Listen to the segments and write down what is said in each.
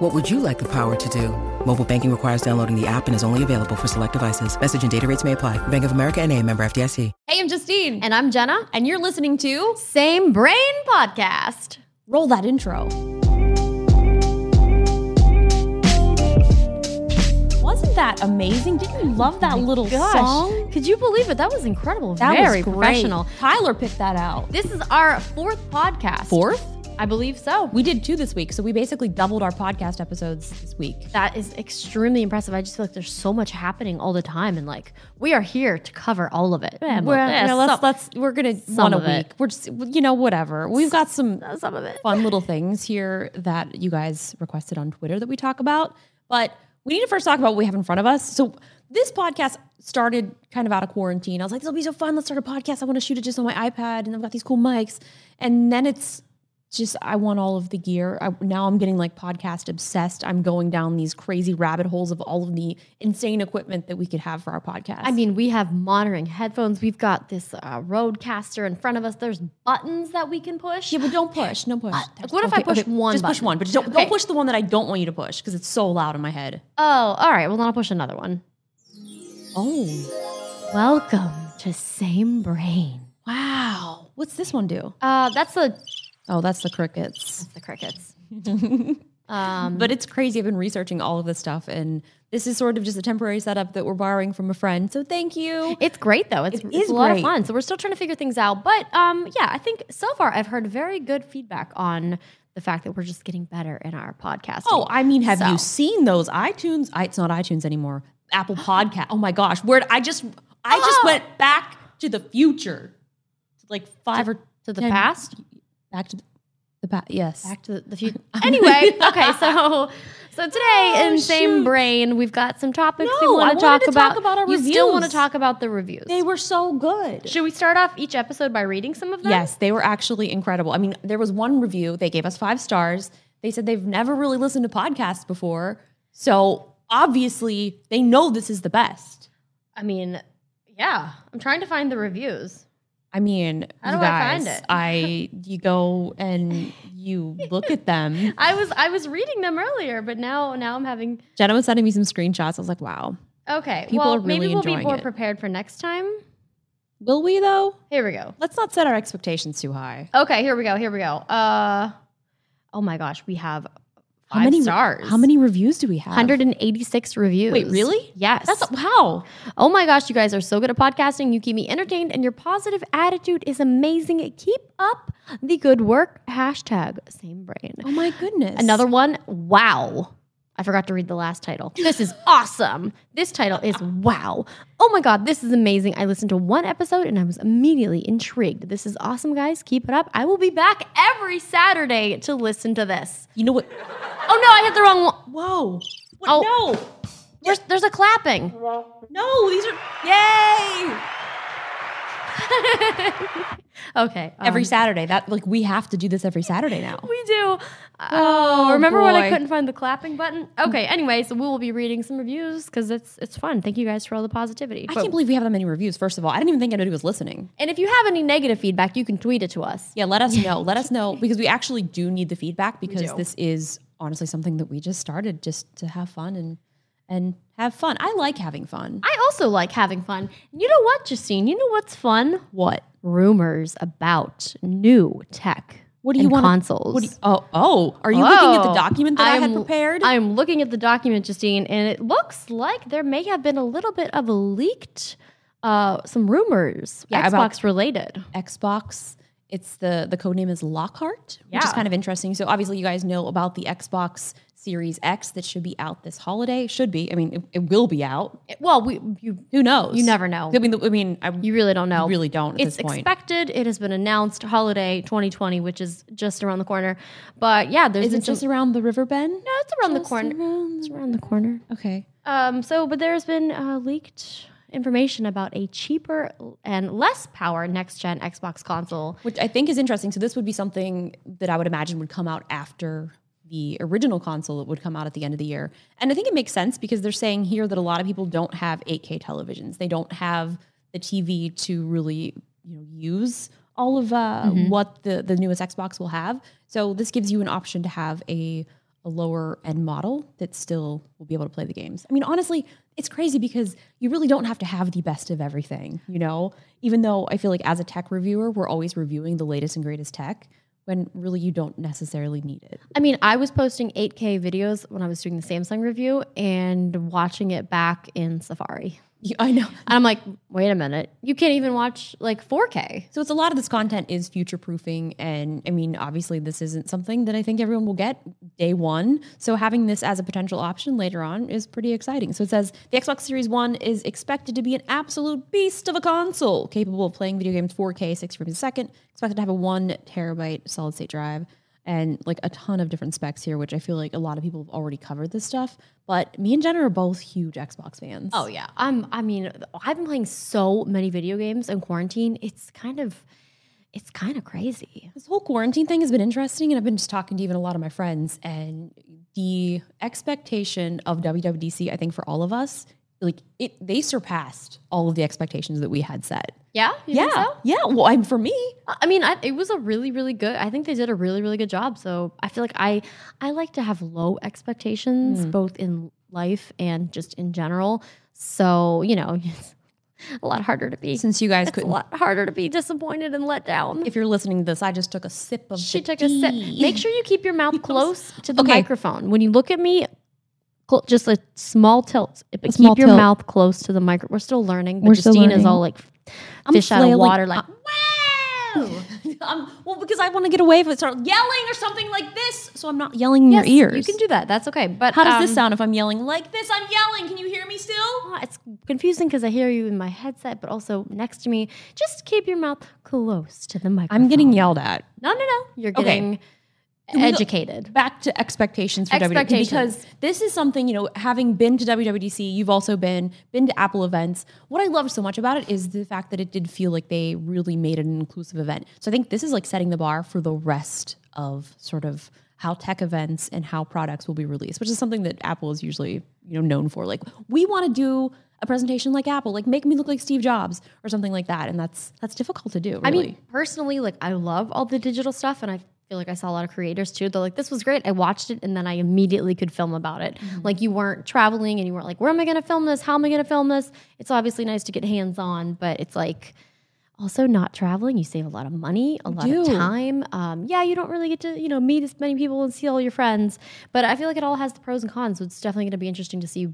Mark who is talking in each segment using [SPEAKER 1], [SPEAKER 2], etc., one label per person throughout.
[SPEAKER 1] What would you like the power to do? Mobile banking requires downloading the app and is only available for select devices. Message and data rates may apply. Bank of America and a member FDIC.
[SPEAKER 2] Hey, I'm Justine,
[SPEAKER 3] And I'm Jenna.
[SPEAKER 2] and you're listening to
[SPEAKER 3] Same Brain Podcast.
[SPEAKER 2] Roll That Intro. Wasn't that amazing? Didn't you love that little
[SPEAKER 3] Gosh,
[SPEAKER 2] song?
[SPEAKER 3] could you believe it? That was incredible.
[SPEAKER 2] That
[SPEAKER 3] Very
[SPEAKER 2] was great.
[SPEAKER 3] professional.
[SPEAKER 2] Tyler picked that out.
[SPEAKER 3] This is our fourth podcast.
[SPEAKER 2] Fourth?
[SPEAKER 3] I believe so.
[SPEAKER 2] We did two this week, so we basically doubled our podcast episodes this week.
[SPEAKER 3] that is extremely impressive. I just feel like there's so much happening all the time, and like we are here to cover all of it.
[SPEAKER 2] we're,
[SPEAKER 3] Yeah,
[SPEAKER 2] yeah, let's,
[SPEAKER 3] some-
[SPEAKER 2] let's, we're gonna one a
[SPEAKER 3] of it.
[SPEAKER 2] week. We're just you know whatever. We've got some
[SPEAKER 3] some of it.
[SPEAKER 2] fun little things here that you guys requested on Twitter that we talk about. But we need to first talk about what we have in front of us. So this podcast started kind of out of quarantine. I was like, this will be so fun. Let's start a podcast. I want to shoot it just on my iPad and I've got these cool mics. And then it's just, I want all of the gear. I, now I'm getting like podcast obsessed. I'm going down these crazy rabbit holes of all of the insane equipment that we could have for our podcast.
[SPEAKER 3] I mean, we have monitoring headphones. We've got this uh, Rodecaster in front of us. There's buttons that we can push.
[SPEAKER 2] yeah, but don't push. No push. There's-
[SPEAKER 3] what if I push one
[SPEAKER 2] Just push
[SPEAKER 3] button?
[SPEAKER 2] one, but don't,
[SPEAKER 3] Okay.
[SPEAKER 2] don't push the one that I don't want you to push because it's so loud in my head.
[SPEAKER 3] oh, all right. Well, then I'll push another one.
[SPEAKER 2] Oh.
[SPEAKER 3] Welcome to Same Brain.
[SPEAKER 2] Wow. What's this one do?
[SPEAKER 3] Uh, that's the
[SPEAKER 2] Oh, that's the crickets.
[SPEAKER 3] the crickets. um,
[SPEAKER 2] But it's crazy. I've been researching all of this stuff, and this is sort of just a temporary setup that we're borrowing from a friend. So thank you.
[SPEAKER 3] It's great though. It's,
[SPEAKER 2] It
[SPEAKER 3] it's
[SPEAKER 2] is
[SPEAKER 3] a lot
[SPEAKER 2] great.
[SPEAKER 3] of fun. So we're still trying to figure things out. But um, yeah, I think so far I've heard very good feedback on the fact that we're just getting better in our podcast.
[SPEAKER 2] Oh, I mean, have
[SPEAKER 3] So-
[SPEAKER 2] you seen those iTunes? I, it's not iTunes anymore. Apple Podcast. Oh my gosh, where I just I just
[SPEAKER 3] Oh.
[SPEAKER 2] went back to the future, like five or
[SPEAKER 3] to the
[SPEAKER 2] 10
[SPEAKER 3] past,
[SPEAKER 2] back to the, the past. Yes,
[SPEAKER 3] back to the, the future. anyway, okay, so so today
[SPEAKER 2] Oh,
[SPEAKER 3] in same
[SPEAKER 2] shoot.
[SPEAKER 3] brain we've got some topics we
[SPEAKER 2] No, I
[SPEAKER 3] want
[SPEAKER 2] wanted
[SPEAKER 3] to talk
[SPEAKER 2] to
[SPEAKER 3] about.
[SPEAKER 2] talk about our
[SPEAKER 3] you still want to
[SPEAKER 2] reviews.
[SPEAKER 3] talk about the reviews?
[SPEAKER 2] they were so good.
[SPEAKER 3] Should we start off each episode by reading some of them?
[SPEAKER 2] Yes, they were actually incredible. I mean, there was one review, they gave us five stars. They said they've never really listened to podcasts before. So obviously, they know this is the best.
[SPEAKER 3] I mean, yeah. I'm trying to find the reviews.
[SPEAKER 2] I mean,
[SPEAKER 3] How
[SPEAKER 2] you
[SPEAKER 3] do I find
[SPEAKER 2] guys,
[SPEAKER 3] it?
[SPEAKER 2] I you go and you look at them.
[SPEAKER 3] I was I was reading them earlier, but now now I'm having
[SPEAKER 2] Jenna was sending me some screenshots. I was like, wow.
[SPEAKER 3] Okay.
[SPEAKER 2] People
[SPEAKER 3] well,
[SPEAKER 2] are really
[SPEAKER 3] maybe we'll be
[SPEAKER 2] enjoying
[SPEAKER 3] more
[SPEAKER 2] it.
[SPEAKER 3] prepared for next time.
[SPEAKER 2] Will we though?
[SPEAKER 3] Here we go.
[SPEAKER 2] Let's not set our expectations too high.
[SPEAKER 3] Okay, here we go. Here we go. Uh Oh my gosh, we have five
[SPEAKER 2] how many
[SPEAKER 3] stars.
[SPEAKER 2] How many reviews do we have?
[SPEAKER 3] 186 reviews.
[SPEAKER 2] Wait, really?
[SPEAKER 3] Yes.
[SPEAKER 2] That's wow.
[SPEAKER 3] oh my gosh, you guys are so good at podcasting. You keep me entertained, and your positive attitude is amazing. Keep up the good work. Hashtag same brain.
[SPEAKER 2] Oh my goodness.
[SPEAKER 3] Another one. Wow. I forgot to read the last title. This is awesome. This title is wow. Oh my God, this is amazing. I listened to one episode and I was immediately intrigued. This is awesome, guys. Keep it up. I will be back every Saturday to listen to this.
[SPEAKER 2] You know what?
[SPEAKER 3] Oh no, I hit the wrong one.
[SPEAKER 2] Whoa. What?
[SPEAKER 3] Oh.
[SPEAKER 2] No.
[SPEAKER 3] There's, there's a clapping.
[SPEAKER 2] No, these are yay!
[SPEAKER 3] Okay. um,
[SPEAKER 2] every Saturday. That like we have to do this every Saturday now.
[SPEAKER 3] We do. Oh, remember when I
[SPEAKER 2] boy.
[SPEAKER 3] couldn't find the clapping button? Okay. Anyway, so we will be reading some reviews because it's it's fun. Thank you guys for all the positivity.
[SPEAKER 2] I
[SPEAKER 3] But-
[SPEAKER 2] can't believe we have that many reviews. First of all, I didn't even think anybody was listening.
[SPEAKER 3] and if you have any negative feedback, you can tweet it to us.
[SPEAKER 2] Yeah, let us know. let us know because we actually do need the feedback because
[SPEAKER 3] do.
[SPEAKER 2] this is honestly something that we just started just to have fun and and have fun. I like having fun.
[SPEAKER 3] I also like having fun. You know what, Justine? You know what's fun?
[SPEAKER 2] What?
[SPEAKER 3] Rumors about new tech.
[SPEAKER 2] What do you
[SPEAKER 3] and
[SPEAKER 2] want?
[SPEAKER 3] Consoles.
[SPEAKER 2] What do you, oh, oh, are you looking at the
[SPEAKER 3] Whoa.
[SPEAKER 2] document that i had
[SPEAKER 3] I'm-
[SPEAKER 2] prepared?
[SPEAKER 3] I'm looking at the document, Justine, and it looks like there may have been a little bit of a leaked, uh, some rumors,
[SPEAKER 2] Yeah,
[SPEAKER 3] Xbox
[SPEAKER 2] about-
[SPEAKER 3] related.
[SPEAKER 2] Xbox. It's the the code name is Lockhart, which is
[SPEAKER 3] Yeah.
[SPEAKER 2] kind of interesting. So obviously, you guys know about the Xbox Series X that should be out this holiday. Should be. I mean, it, it will be out.
[SPEAKER 3] Well, we you
[SPEAKER 2] Who knows?
[SPEAKER 3] you never know.
[SPEAKER 2] I mean, the- I mean, I
[SPEAKER 3] You really don't know.
[SPEAKER 2] really don't at
[SPEAKER 3] it's
[SPEAKER 2] this point.
[SPEAKER 3] expected. It has been announced. Holiday 2020, which is just around the corner. But yeah, there's
[SPEAKER 2] is
[SPEAKER 3] been
[SPEAKER 2] it
[SPEAKER 3] some-
[SPEAKER 2] just around the river bend?
[SPEAKER 3] no, it's around the corner. It's around the corner.
[SPEAKER 2] Okay.
[SPEAKER 3] Um, so, but there's been uh, leaked information about a cheaper and less power next gen Xbox console.
[SPEAKER 2] which I think is interesting. So this would be something that I would imagine would come out after the original console that would come out at the end of the year. And I think it makes sense because they're saying here that a lot of people don't have 8K televisions. They don't have the TV to really, you know, use all of uh,
[SPEAKER 3] Mm-hmm.
[SPEAKER 2] what the the newest Xbox will have. So this gives you an option to have a a lower end model that still will be able to play the games. I mean, honestly, it's crazy because you really don't have to have the best of everything, you know? Even though I feel like as a tech reviewer, we're always reviewing the latest and greatest tech when really you don't necessarily need it.
[SPEAKER 3] I mean, I was posting 8K videos when I was doing the Samsung review and watching it back in Safari.
[SPEAKER 2] You- I know.
[SPEAKER 3] And I'm like, wait a minute, you can't even watch like 4K.
[SPEAKER 2] So it's a lot of this content is future proofing. And I mean, obviously, this isn't something that I think everyone will get day one. So having this as a potential option later on is pretty exciting. So it says the Xbox Series 1 is expected to be an absolute beast of a console, capable of playing video games 4K, 60 frames a second, expected to have a one terabyte solid state drive. And like a ton of different specs here, which I feel like a lot of people have already covered this stuff. But me and Jen are both huge Xbox fans.
[SPEAKER 3] Oh yeah. I'm I mean, I've been playing so many video games in quarantine. It's kind of it's kind of crazy.
[SPEAKER 2] This whole quarantine thing has been interesting, and I've been just talking to even a lot of my friends. And the expectation of WWDC, I think, for all of us, like it, they surpassed all of the expectations that we had set.
[SPEAKER 3] Yeah?
[SPEAKER 2] yeah, yeah. Well, I'm for me.
[SPEAKER 3] I mean, I, it was a really, really good. I think they did a really, really good job. So I feel like I, I like to have low expectations, both in life and just in general. So you know, it's a lot harder to be,
[SPEAKER 2] Since you guys
[SPEAKER 3] a
[SPEAKER 2] couldn't,
[SPEAKER 3] lot harder to be disappointed and let down.
[SPEAKER 2] if you're listening to this, I just took a sip of.
[SPEAKER 3] she
[SPEAKER 2] the
[SPEAKER 3] took a sip.
[SPEAKER 2] tea.
[SPEAKER 3] Make sure you keep your mouth close to the
[SPEAKER 2] Okay.
[SPEAKER 3] microphone when you look at me. cl- Just a small tilt, but
[SPEAKER 2] small
[SPEAKER 3] keep your
[SPEAKER 2] tilt.
[SPEAKER 3] mouth close to the micro. We're still learning, but
[SPEAKER 2] We're still
[SPEAKER 3] Justine is
[SPEAKER 2] learning.
[SPEAKER 3] all like
[SPEAKER 2] I'm
[SPEAKER 3] fish out of
[SPEAKER 2] flailing- Uh,
[SPEAKER 3] water, like
[SPEAKER 2] wow. uh, um, well, because I want to get away from it, start yelling or something like this, so I'm not yelling in your
[SPEAKER 3] Yes,
[SPEAKER 2] ears.
[SPEAKER 3] You can do that. That's okay. But
[SPEAKER 2] How does
[SPEAKER 3] um,
[SPEAKER 2] this sound if I'm yelling like this? I'm yelling. Can you hear me still?
[SPEAKER 3] Ah, It's confusing because I hear you in my headset, but also next to me. Just keep your mouth close to the microphone.
[SPEAKER 2] I'm getting yelled at.
[SPEAKER 3] Uh-huh. no, no, no. You're
[SPEAKER 2] Okay.
[SPEAKER 3] getting
[SPEAKER 2] we go-
[SPEAKER 3] educated.
[SPEAKER 2] back to expectations for
[SPEAKER 3] Expectations.
[SPEAKER 2] WWDC because this is something you know. Having been to WWDC, you've also been been to Apple events. What I loved so much about it is the fact that it did feel like they really made it an inclusive event. So I think this is like setting the bar for the rest of sort of how tech events and how products will be released, which is something that Apple is usually you know known for. Like we want to do a presentation like Apple, like make me look like Steve Jobs or something like that, and that's that's difficult to do. Really.
[SPEAKER 3] I mean, personally, like I love all the digital stuff, and I feel like I saw a lot of creators too. They're like, "This was great." I watched it, and then I immediately could film about it.
[SPEAKER 2] Mm-hmm.
[SPEAKER 3] Like you weren't traveling, and you weren't like, "Where am I going to film this? How am I going to film this?" It's obviously nice to get hands on, but it's like. Also, not traveling, you save a lot of money, a lot of
[SPEAKER 2] do.
[SPEAKER 3] time. Um, yeah, you don't really get to, you know, meet as many people and see all your friends. But I feel like it all has the pros and cons. So it's definitely going to be interesting to see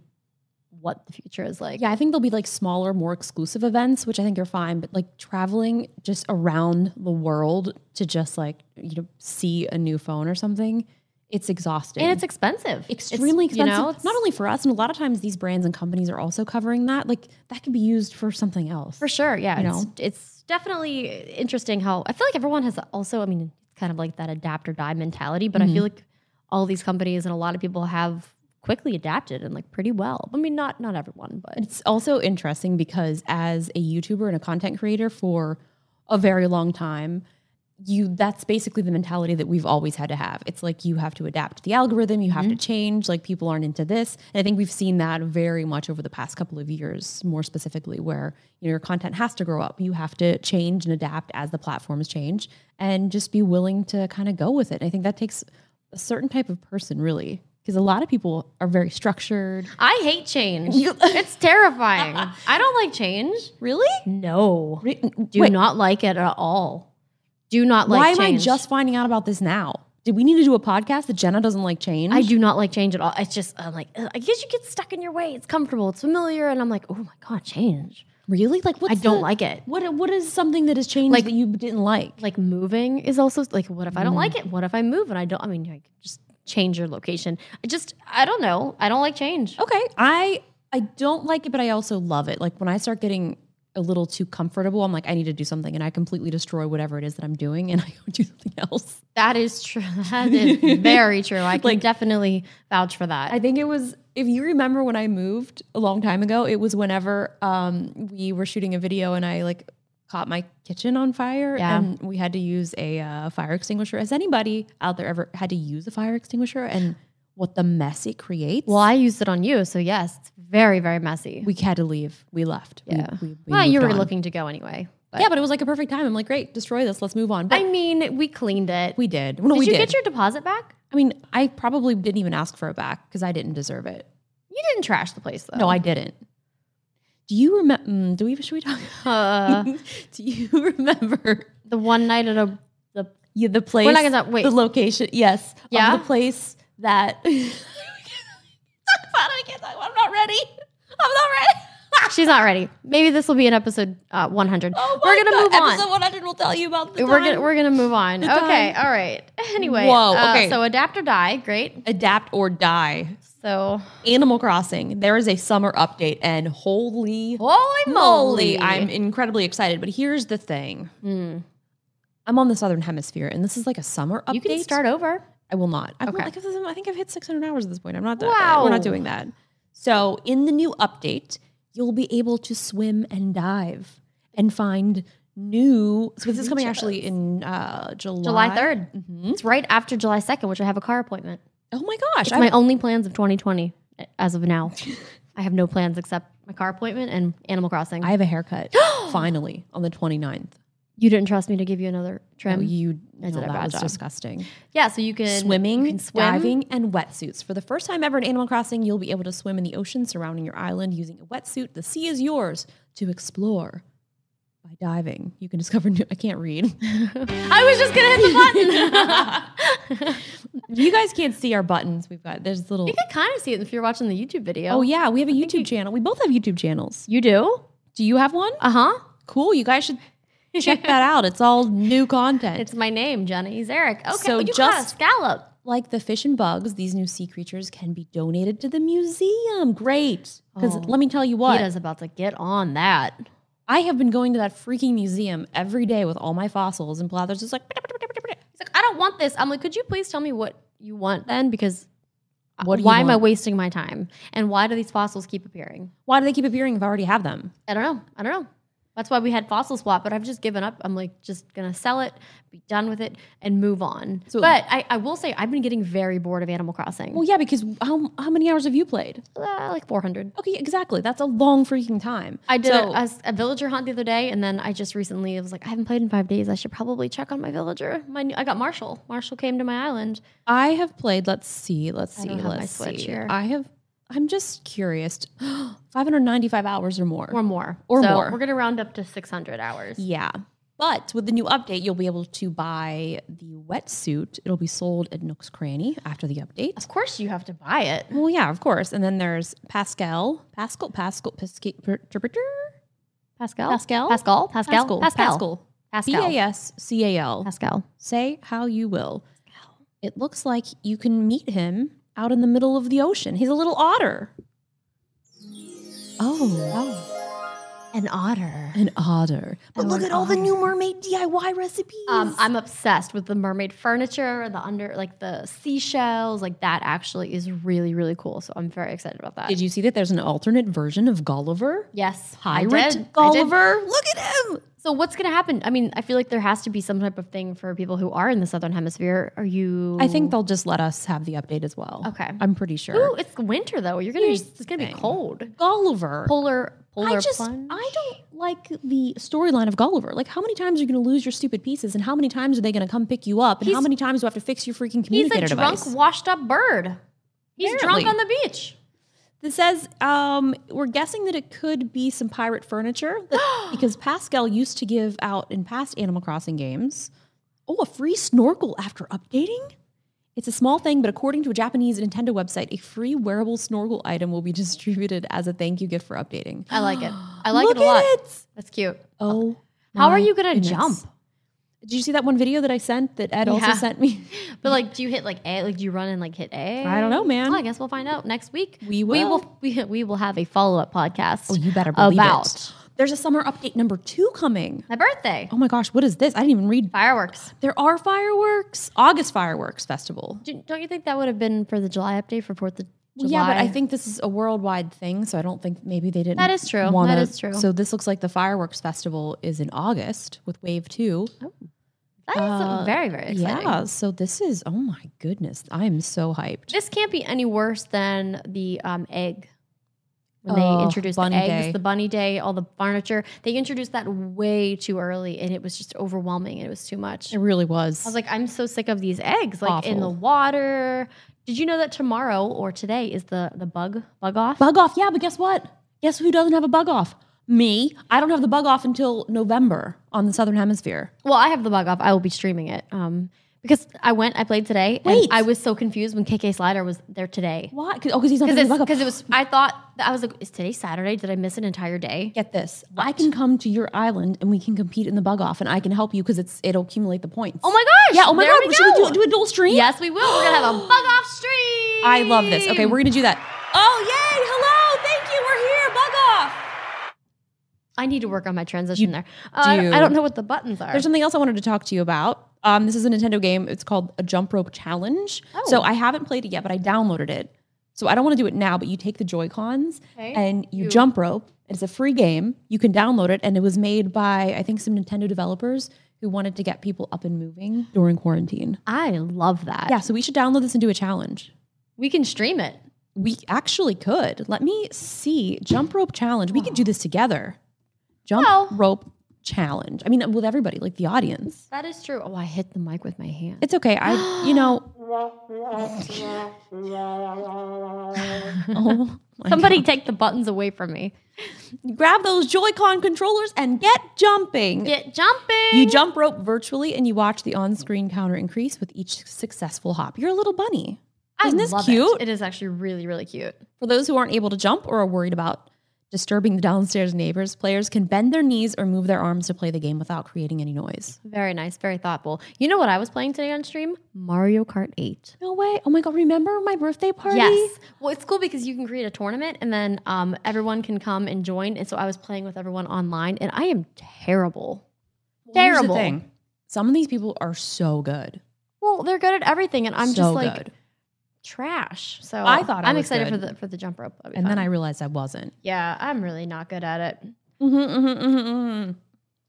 [SPEAKER 3] what the future is like.
[SPEAKER 2] Yeah, I think there'll be like smaller, more exclusive events, which I think are fine, but like traveling just around the world to just like, you know, see a new phone or something, it's exhausting.
[SPEAKER 3] and it's expensive, It's,
[SPEAKER 2] extremely
[SPEAKER 3] you
[SPEAKER 2] expensive.
[SPEAKER 3] know, it's-
[SPEAKER 2] Not only for us, and a lot of times these brands and companies are also covering that. Like that could be used for something else.
[SPEAKER 3] For sure, yeah.
[SPEAKER 2] You
[SPEAKER 3] it's,
[SPEAKER 2] know?
[SPEAKER 3] it's definitely interesting how I feel like everyone has also, I mean, it's kind of like that adapt or die mentality, but I feel
[SPEAKER 2] Mm-hmm.
[SPEAKER 3] like all these companies and a lot of people have quickly adapted and like pretty well. I mean, not not everyone, but
[SPEAKER 2] It's also interesting because as a YouTuber and a content creator for a very long time, you that's basically the mentality that we've always had to have. It's like you have to adapt to the algorithm, you have to change, like people aren't into this. And I think we've seen that very much over the past couple of years, more specifically where you know, your content has to grow up. You have to change and adapt as the platforms change and just be willing to kind of go with it. And I think that takes a certain type of person really because a lot of people are very structured.
[SPEAKER 3] I hate change. it's terrifying. I don't like change.
[SPEAKER 2] Really?
[SPEAKER 3] No, do
[SPEAKER 2] Wait,
[SPEAKER 3] not like it at all. Do not like.
[SPEAKER 2] Why am I
[SPEAKER 3] change.
[SPEAKER 2] just finding out about this now? Did we need to do a podcast that Jenna doesn't like change?
[SPEAKER 3] I do not like change at all. It's just I'm like ugh, I guess you get stuck in your way. It's comfortable. It's familiar, and I'm like, oh my god, change.
[SPEAKER 2] really like. What's
[SPEAKER 3] I don't
[SPEAKER 2] the-
[SPEAKER 3] like it.
[SPEAKER 2] What What is something that has changed
[SPEAKER 3] Like-
[SPEAKER 2] that you didn't like?
[SPEAKER 3] like moving is also like what if I don't like
[SPEAKER 2] Mm-hmm.
[SPEAKER 3] it? What if I move and I don't I mean like just change your location. I just I don't
[SPEAKER 2] Oh.
[SPEAKER 3] know. I don't like change.
[SPEAKER 2] Okay, I I don't like it, but I also love it. Like when I start getting a little too comfortable, I'm like, I need to do something, and I completely destroy whatever it is that I'm doing, and I go do something else.
[SPEAKER 3] That is true. That is very true. I can definitely vouch for that.
[SPEAKER 2] I think it was, if you remember when I moved a long time ago, it was whenever um, we were shooting a video and I like caught my kitchen on fire
[SPEAKER 3] Yeah.
[SPEAKER 2] and we had to use a uh, fire extinguisher. Has anybody out there ever had to use a fire extinguisher and what the mess it creates?
[SPEAKER 3] well, I used it on you, so yes, it's very, very messy.
[SPEAKER 2] we had to leave. We left. We-
[SPEAKER 3] Yeah.
[SPEAKER 2] We, we,
[SPEAKER 3] well, you
[SPEAKER 2] moved
[SPEAKER 3] were
[SPEAKER 2] on.
[SPEAKER 3] looking to go anyway. But
[SPEAKER 2] Yeah, but it was like a perfect time. I'm like, great, destroy this. Let's move on. But
[SPEAKER 3] I mean, we cleaned it.
[SPEAKER 2] we did. No,
[SPEAKER 3] did
[SPEAKER 2] we
[SPEAKER 3] you
[SPEAKER 2] did.
[SPEAKER 3] get your deposit back?
[SPEAKER 2] I mean, I probably didn't even ask for it back because I didn't deserve it.
[SPEAKER 3] You didn't trash the place though.
[SPEAKER 2] No, I didn't. Do you remember? Mm, do we? Should we talk?
[SPEAKER 3] Uh,
[SPEAKER 2] do you remember?
[SPEAKER 3] the one night at a the
[SPEAKER 2] Yeah, the place.
[SPEAKER 3] We're not gonna- wait.
[SPEAKER 2] The location. Yes. of
[SPEAKER 3] Yeah?
[SPEAKER 2] the place that. talk about it. I can't talk about. it. I'm not ready. I'm not ready.
[SPEAKER 3] she's not ready. Maybe this will be in episode uh, 100.
[SPEAKER 2] Oh my
[SPEAKER 3] we're gonna
[SPEAKER 2] God.
[SPEAKER 3] move on.
[SPEAKER 2] Episode 100 will tell you about the
[SPEAKER 3] we're
[SPEAKER 2] time.
[SPEAKER 3] gonna we're gonna move on.
[SPEAKER 2] The
[SPEAKER 3] Okay,
[SPEAKER 2] time.
[SPEAKER 3] all right. Anyway,
[SPEAKER 2] Whoa,
[SPEAKER 3] uh,
[SPEAKER 2] okay.
[SPEAKER 3] so adapt or die. Great.
[SPEAKER 2] adapt or die.
[SPEAKER 3] So
[SPEAKER 2] Animal Crossing. There is a summer update, and holy
[SPEAKER 3] holy
[SPEAKER 2] moly, I'm incredibly excited. But here's the thing.
[SPEAKER 3] Mm.
[SPEAKER 2] I'm on the southern hemisphere, and this is like a summer update.
[SPEAKER 3] You can start over.
[SPEAKER 2] I will not. I,
[SPEAKER 3] Okay.
[SPEAKER 2] will, like, I think I've hit 600 hours at this point. I'm not that.
[SPEAKER 3] Wow.
[SPEAKER 2] We're not doing that. So in the new update, you'll be able to swim and dive and find new. So this is coming actually in uh, July.
[SPEAKER 3] July 3rd.
[SPEAKER 2] Mhm.
[SPEAKER 3] It's right after July 2nd, which I have a car appointment.
[SPEAKER 2] Oh my gosh!
[SPEAKER 3] It's
[SPEAKER 2] I-
[SPEAKER 3] my only plans of 2020 as of now. I have no plans except my car appointment and Animal Crossing.
[SPEAKER 2] I have a haircut finally on the 29th.
[SPEAKER 3] you didn't trust me to give you another
[SPEAKER 2] No,
[SPEAKER 3] trim.
[SPEAKER 2] Oh, you
[SPEAKER 3] I
[SPEAKER 2] no,
[SPEAKER 3] did a bad
[SPEAKER 2] that was
[SPEAKER 3] job.
[SPEAKER 2] disgusting.
[SPEAKER 3] yeah, so you can
[SPEAKER 2] Swimming,
[SPEAKER 3] you can swim.
[SPEAKER 2] diving, and wetsuits. For the first time ever in Animal Crossing, you'll be able to swim in the ocean surrounding your island using a wetsuit. The sea is yours to explore. By diving, you can discover new. I can't read.
[SPEAKER 3] I was just gonna hit the button.
[SPEAKER 2] you guys can't see our buttons. We've got there's little.
[SPEAKER 3] you can kind of see it if you're watching the YouTube video.
[SPEAKER 2] Oh yeah, we have a YouTube channel. We both have YouTube channels.
[SPEAKER 3] you do.
[SPEAKER 2] Do you have one?
[SPEAKER 3] Uh huh.
[SPEAKER 2] Cool. You guys should check that out. It's all new content.
[SPEAKER 3] It's my name, Jenny Zarek. Okay,
[SPEAKER 2] So
[SPEAKER 3] so you just
[SPEAKER 2] just-
[SPEAKER 3] scallop.
[SPEAKER 2] like the fish and bugs, these new sea creatures can be donated to the museum. Great. Because
[SPEAKER 3] Oh.
[SPEAKER 2] let me tell you what,
[SPEAKER 3] Peeta's about to get on that.
[SPEAKER 2] I have been going to that freaking museum every day with all my fossils, and Blather's just like,
[SPEAKER 3] He's like, I don't want this. I'm like, could you please tell me what you want then? Because uh,
[SPEAKER 2] What do you
[SPEAKER 3] why am I
[SPEAKER 2] want?
[SPEAKER 3] wasting my time? And why do these fossils keep appearing?
[SPEAKER 2] why do they keep appearing if I already have them?
[SPEAKER 3] I don't know. I don't know. That's why we had fossil swap, but I've just given up. I'm like, just gonna sell it, be done with it, and move on.
[SPEAKER 2] So-
[SPEAKER 3] but I, I will say, I've been getting very bored of Animal Crossing.
[SPEAKER 2] Well, yeah, because how, how many hours have you played?
[SPEAKER 3] Uh, like 400.
[SPEAKER 2] Okay, exactly. That's a long freaking time.
[SPEAKER 3] I did
[SPEAKER 2] So-
[SPEAKER 3] a, a- a villager hunt the other day, and then I just recently was like, I haven't played in five days. I should probably check on my villager. My new, I got Marshall. Marshall came to my island.
[SPEAKER 2] I have played. Let's see. Let's see.
[SPEAKER 3] don't have my
[SPEAKER 2] let's
[SPEAKER 3] Switch
[SPEAKER 2] see.
[SPEAKER 3] here.
[SPEAKER 2] I have. I'm just curious. 595 hours or more.
[SPEAKER 3] or more
[SPEAKER 2] Or
[SPEAKER 3] So
[SPEAKER 2] more.
[SPEAKER 3] We're gonna round up to 600 hours.
[SPEAKER 2] Yeah. But with the new update, you'll be able to buy the wetsuit. It'll be sold at Nook's Cranny after the update.
[SPEAKER 3] Of course, you have to buy it.
[SPEAKER 2] Well, yeah, of course. And then there's Pascal, Pascal, Pascal, Pascal,
[SPEAKER 3] Pascal.
[SPEAKER 2] Pascal?
[SPEAKER 3] Pascal. Pascal.
[SPEAKER 2] Pascal,
[SPEAKER 3] Pascal.
[SPEAKER 2] Pascal, B
[SPEAKER 3] Pascal.
[SPEAKER 2] A S C A L.
[SPEAKER 3] Pascal.
[SPEAKER 2] Say how you will. It looks like you can meet him out in the middle of the ocean. He's a little otter. Oh,
[SPEAKER 3] An otter.
[SPEAKER 2] an otter. But
[SPEAKER 3] Oh,
[SPEAKER 2] look
[SPEAKER 3] an
[SPEAKER 2] at all the
[SPEAKER 3] otter.
[SPEAKER 2] new mermaid DIY recipes.
[SPEAKER 3] Um, I'm obsessed with the mermaid furniture, the under, like the seashells, like that. Actually, is really really cool. So I'm very excited about that.
[SPEAKER 2] Did you see that there's an alternate version of Gulliver?
[SPEAKER 3] Yes, I
[SPEAKER 2] Pirate
[SPEAKER 3] did. I did.
[SPEAKER 2] Gulliver? Look at him.
[SPEAKER 3] So what's going to happen? I mean, I feel like there has to be some type of thing for people who are in the southern hemisphere. Are you?
[SPEAKER 2] I think they'll just let us have the update as well.
[SPEAKER 3] Okay.
[SPEAKER 2] I'm pretty sure.
[SPEAKER 3] Ooh, it's winter though. You're going to
[SPEAKER 2] Here's
[SPEAKER 3] be. It's going to
[SPEAKER 2] the
[SPEAKER 3] be
[SPEAKER 2] thing.
[SPEAKER 3] cold.
[SPEAKER 2] Gulliver.
[SPEAKER 3] Polar. Polar
[SPEAKER 2] I just
[SPEAKER 3] plunge.
[SPEAKER 2] I don't like the storyline of Gulliver. Like how many times are you going to lose your stupid pieces and how many times are they going to come pick you up and how
[SPEAKER 3] He's-
[SPEAKER 2] many times do I have to fix your freaking
[SPEAKER 3] He's
[SPEAKER 2] communicator
[SPEAKER 3] a drunk,
[SPEAKER 2] device?
[SPEAKER 3] washed up bird. He's
[SPEAKER 2] Apparently.
[SPEAKER 3] drunk on the beach.
[SPEAKER 2] This says um, we're guessing that it could be some pirate furniture that- because Pascal used to give out in past Animal Crossing games. Oh, a free snorkel after updating? It's a small thing, but according to a Japanese Nintendo website, a free wearable snorkel item will be distributed as a thank you gift for updating.
[SPEAKER 3] I like it. I like
[SPEAKER 2] Look
[SPEAKER 3] it a lot.
[SPEAKER 2] at it.
[SPEAKER 3] That's cute.
[SPEAKER 2] Oh,
[SPEAKER 3] How are
[SPEAKER 2] my
[SPEAKER 3] you gonna
[SPEAKER 2] goodness.
[SPEAKER 3] jump?
[SPEAKER 2] Did you see that one video that I sent that Ed also
[SPEAKER 3] Yeah.
[SPEAKER 2] sent me?
[SPEAKER 3] But like, do you hit like A? Like, do you run and like hit A?
[SPEAKER 2] I don't know, man.
[SPEAKER 3] Well, I guess we'll find out next week.
[SPEAKER 2] We
[SPEAKER 3] We
[SPEAKER 2] will. Oh,
[SPEAKER 3] will. We, we will have a follow up podcast.
[SPEAKER 2] you better
[SPEAKER 3] about
[SPEAKER 2] There's a summer update number two coming.
[SPEAKER 3] My birthday.
[SPEAKER 2] Oh my gosh, what is this? I didn't even read.
[SPEAKER 3] Fireworks.
[SPEAKER 2] There are fireworks. August Fireworks Festival.
[SPEAKER 3] Do- Don't you think that would have been for the July update for Fourth of July?
[SPEAKER 2] Yeah, but I think this is a worldwide thing, so I don't think maybe they didn't.
[SPEAKER 3] That is true. That is true.
[SPEAKER 2] So this looks like the fireworks festival is in August with Wave Two.
[SPEAKER 3] that is um,
[SPEAKER 2] uh,
[SPEAKER 3] very very exciting.
[SPEAKER 2] Yeah. So this is oh my goodness, I am so hyped.
[SPEAKER 3] This can't be any worse than the um, egg. When
[SPEAKER 2] Oh,
[SPEAKER 3] they introduced
[SPEAKER 2] bunny
[SPEAKER 3] the eggs,
[SPEAKER 2] day.
[SPEAKER 3] the bunny day, all the furniture. They introduced that way too early and it was just overwhelming and it was too much.
[SPEAKER 2] It really was.
[SPEAKER 3] I was like, I'm so sick of these eggs, like in
[SPEAKER 2] Awful.
[SPEAKER 3] the water. Did you know that tomorrow or today is the the bug bug off?
[SPEAKER 2] bug off. Yeah, but guess what? Guess who doesn't have a bug off? Me. I don't have the bug off until November on the Southern Hemisphere.
[SPEAKER 3] Well, I have the bug off. I will be streaming it. Um, because I went, I played today. and
[SPEAKER 2] Wait.
[SPEAKER 3] I was so confused when KK Slider was there today.
[SPEAKER 2] Why? 'Cause- oh, because he's not having a bug off.
[SPEAKER 3] Because it was, I thought, I was like, is today Saturday? Did I miss an entire day?
[SPEAKER 2] Get this. I can come to your island and we can compete in the bug off, and I can help you because it's it'll accumulate the points.
[SPEAKER 3] Oh my gosh.
[SPEAKER 2] Yeah. Oh my
[SPEAKER 3] there
[SPEAKER 2] god.
[SPEAKER 3] We
[SPEAKER 2] should
[SPEAKER 3] go.
[SPEAKER 2] we do, do a dual stream?
[SPEAKER 3] Yes, we will. We're going to have a bug off stream.
[SPEAKER 2] I love this. Okay, we're gonna do that. Oh yay! Hello. Thank you. We're here. Bug off.
[SPEAKER 3] I need to work on my transition there. Uh, I don't-
[SPEAKER 2] do.
[SPEAKER 3] I don't know what the buttons are.
[SPEAKER 2] There's something else I wanted to talk to you about. Um, this is a Nintendo game. It's called a Jump Rope Challenge.
[SPEAKER 3] Oh.
[SPEAKER 2] So I haven't played it yet, but I downloaded it. So I don't want to do it now, but you take the Joy Cons
[SPEAKER 3] Okay.
[SPEAKER 2] and you, jump rope. It's a free game. You can download it, and it was made by I think some Nintendo developers who wanted to get people up and moving during quarantine.
[SPEAKER 3] I love that.
[SPEAKER 2] Yeah, so we should download this and do a challenge.
[SPEAKER 3] We can stream it.
[SPEAKER 2] We actually could. Let me see. Jump rope challenge. We could do this together. Jump
[SPEAKER 3] Well-
[SPEAKER 2] rope challenge. I mean, with everybody, like the audience.
[SPEAKER 3] That is true. Oh, I hit the mic with my hand.
[SPEAKER 2] It's okay. I, you know. oh, my
[SPEAKER 3] Somebody take the buttons away from me.
[SPEAKER 2] God. grab those Joy-Con controllers and get jumping.
[SPEAKER 3] Get jumping.
[SPEAKER 2] You jump rope virtually and you watch the on-screen counter increase with each successful hop. You're a little bunny. Isn't this
[SPEAKER 3] love it.
[SPEAKER 2] cute?
[SPEAKER 3] it is actually really, really cute.
[SPEAKER 2] For those who aren't able to jump or are worried about disturbing the downstairs neighbors, players can bend their knees or move their arms to play the game without creating any noise.
[SPEAKER 3] Very nice, very thoughtful. You know what I was playing today on stream? Mario Kart 8.
[SPEAKER 2] No way. Oh my god, remember my birthday party?
[SPEAKER 3] Yes. Well, it's cool because you can create a tournament and then um, everyone can come and join. And so I was playing with everyone online and I am terrible.
[SPEAKER 2] Here's the
[SPEAKER 3] terrible.
[SPEAKER 2] thing. Some of these people are so good.
[SPEAKER 3] Well, they're good at everything and I'm
[SPEAKER 2] So
[SPEAKER 3] just like
[SPEAKER 2] good.
[SPEAKER 3] trash. So
[SPEAKER 2] I thought I
[SPEAKER 3] I'm
[SPEAKER 2] was
[SPEAKER 3] excited for
[SPEAKER 2] good.
[SPEAKER 3] the for the jump rope. That'll be
[SPEAKER 2] and then
[SPEAKER 3] fun.
[SPEAKER 2] I realized I wasn't.
[SPEAKER 3] Yeah, I'm really not good at it.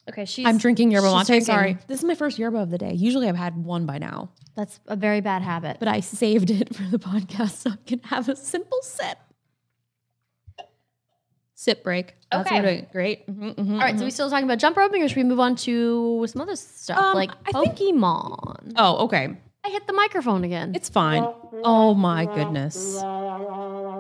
[SPEAKER 3] Okay, she's
[SPEAKER 2] I'm drinking yerba
[SPEAKER 3] mm-hmm, she's drinking.
[SPEAKER 2] mate. Sorry, this is my first yerba of the day. Usually I've had one by now,
[SPEAKER 3] That's a very bad habit.
[SPEAKER 2] but I saved it for the podcast so I can have a simple sip. Sip break. That's
[SPEAKER 3] Okay.
[SPEAKER 2] what I- great. Mhm, mhm,
[SPEAKER 3] All right, so we still talking about jump roping, or should we move on to some other stuff
[SPEAKER 2] Um,
[SPEAKER 3] like
[SPEAKER 2] I think-
[SPEAKER 3] Pokemon?
[SPEAKER 2] Oh, okay.
[SPEAKER 3] I hit the microphone again.
[SPEAKER 2] It's fine. Oh my goodness.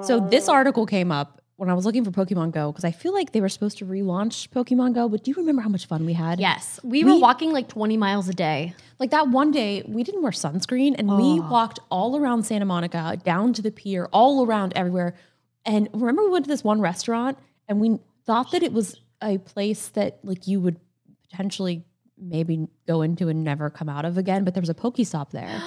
[SPEAKER 2] So this article came up when I was looking for Pokemon Go because I feel like they were supposed to relaunch Pokemon Go, but do you remember how much fun we had?
[SPEAKER 3] yes, we, were
[SPEAKER 2] We-
[SPEAKER 3] walking like 20 miles a day.
[SPEAKER 2] Like that one day, we didn't wear sunscreen and we walked all around Santa Monica, down to the pier, all around everywhere. And remember, we went to this one restaurant and we thought that it was a place that like you would potentially maybe go into and never come out of again, but there was a Pokestop there.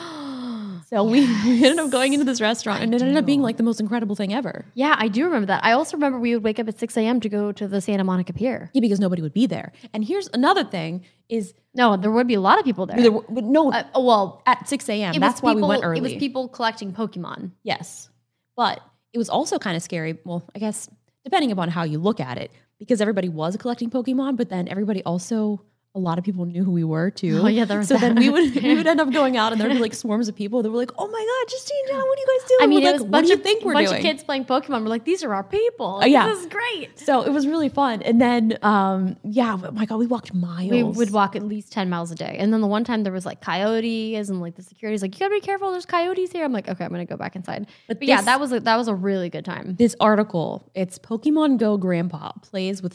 [SPEAKER 2] So we, we ended up going into this restaurant and it ended up being like the most incredible thing ever.
[SPEAKER 3] Yeah, I do remember that. I also remember we would wake up at 6 a.m. to go to the Santa Monica Pier.
[SPEAKER 2] Yeah, because nobody would be there. And here's another thing is
[SPEAKER 3] No, there would be a lot of people there.
[SPEAKER 2] there were, no
[SPEAKER 3] Uh, oh, well,
[SPEAKER 2] at 6 a.m.
[SPEAKER 3] it
[SPEAKER 2] That's
[SPEAKER 3] was
[SPEAKER 2] why
[SPEAKER 3] people,
[SPEAKER 2] we went early.
[SPEAKER 3] It was people collecting Pokemon.
[SPEAKER 2] Yes. But it was also kind of scary. Well, I guess depending upon how you look at it, because everybody was collecting Pokemon, but then everybody also a lot of people knew who we were too.
[SPEAKER 3] Oh, yeah, there was
[SPEAKER 2] so then we
[SPEAKER 3] that.
[SPEAKER 2] would we would end up going out and there'd be like swarms of people that were like, Oh my god, Justine, Jenna, what are you guys doing?
[SPEAKER 3] I mean,
[SPEAKER 2] We're
[SPEAKER 3] it
[SPEAKER 2] like,
[SPEAKER 3] was a
[SPEAKER 2] what
[SPEAKER 3] bunch,
[SPEAKER 2] do you
[SPEAKER 3] of,
[SPEAKER 2] think we're
[SPEAKER 3] bunch
[SPEAKER 2] doing? Uh,
[SPEAKER 3] of kids playing Pokemon. We're like, these are our people.
[SPEAKER 2] yeah.
[SPEAKER 3] This is great.
[SPEAKER 2] So it was really fun. And then um yeah, oh my god, we walked miles.
[SPEAKER 3] We would walk at least 10 miles a day. And then the one time there was like coyotes and like the security's like, you gotta be careful, there's coyotes here. I'm like, okay, I'm gonna go back inside. But, yeah,
[SPEAKER 2] this-
[SPEAKER 3] that was a, that was a really good time.
[SPEAKER 2] this article. It's Pokemon Go Grandpa plays with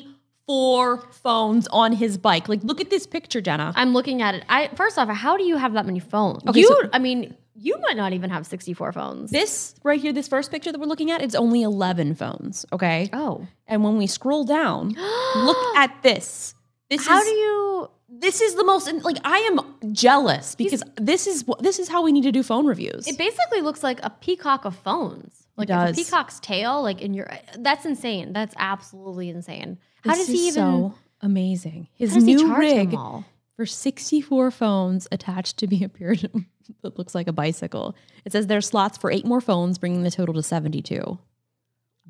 [SPEAKER 2] 64 phones on his bike. Like look at this picture, Jenna.
[SPEAKER 3] I'm looking at it. I first off, how do you have that many phones?
[SPEAKER 2] Okay,
[SPEAKER 3] you,
[SPEAKER 2] so-
[SPEAKER 3] I mean, you might not even have 64 phones.
[SPEAKER 2] This right here, this first picture that we're looking at, it's only 11 phones, okay?
[SPEAKER 3] oh,
[SPEAKER 2] And when we scroll down, look at this. This
[SPEAKER 3] how
[SPEAKER 2] is
[SPEAKER 3] do you?
[SPEAKER 2] this is the most like I am jealous because this is wh- this is how we need to do phone reviews.
[SPEAKER 3] It basically looks like a peacock of phones. Like if
[SPEAKER 2] does.
[SPEAKER 3] a peacock's tail, like in your. That's insane. That's absolutely insane. How
[SPEAKER 2] This
[SPEAKER 3] does he
[SPEAKER 2] is
[SPEAKER 3] even?
[SPEAKER 2] So amazing. His
[SPEAKER 3] how does
[SPEAKER 2] new
[SPEAKER 3] he charge
[SPEAKER 2] rig
[SPEAKER 3] them all?
[SPEAKER 2] for 64 phones attached to be a period that looks like a bicycle. It says there's slots for eight more phones, bringing the total to 72.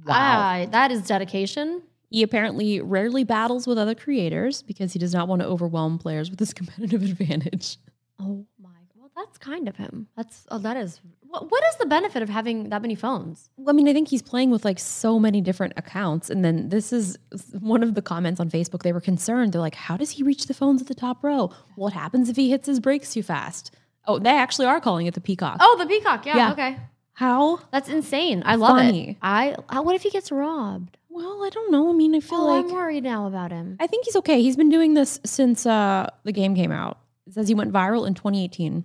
[SPEAKER 3] Wow, that is dedication.
[SPEAKER 2] He apparently rarely battles with other creators because he does not want to overwhelm players with his competitive advantage.
[SPEAKER 3] Oh my. Well, that's kind of him. That's oh, that is. What, what is the benefit of having that many phones?
[SPEAKER 2] Well, I mean, I think he's playing with like so many different accounts. And then this is one of the comments on Facebook. They were concerned. They're like, how does he reach the phones at the top row? What happens if he hits his brakes too fast? Oh, they actually are calling it the peacock.
[SPEAKER 3] Oh, the peacock. Yeah.
[SPEAKER 2] Yeah.
[SPEAKER 3] Okay.
[SPEAKER 2] How?
[SPEAKER 3] That's insane. I love it.
[SPEAKER 2] Funny.
[SPEAKER 3] I. I- What if he gets robbed?
[SPEAKER 2] Well, I don't know. I mean, I feel
[SPEAKER 3] Oh,
[SPEAKER 2] like
[SPEAKER 3] I'm worried now about him.
[SPEAKER 2] I think he's okay. He's been doing this since uh, the game came out. It says he went viral in 2018.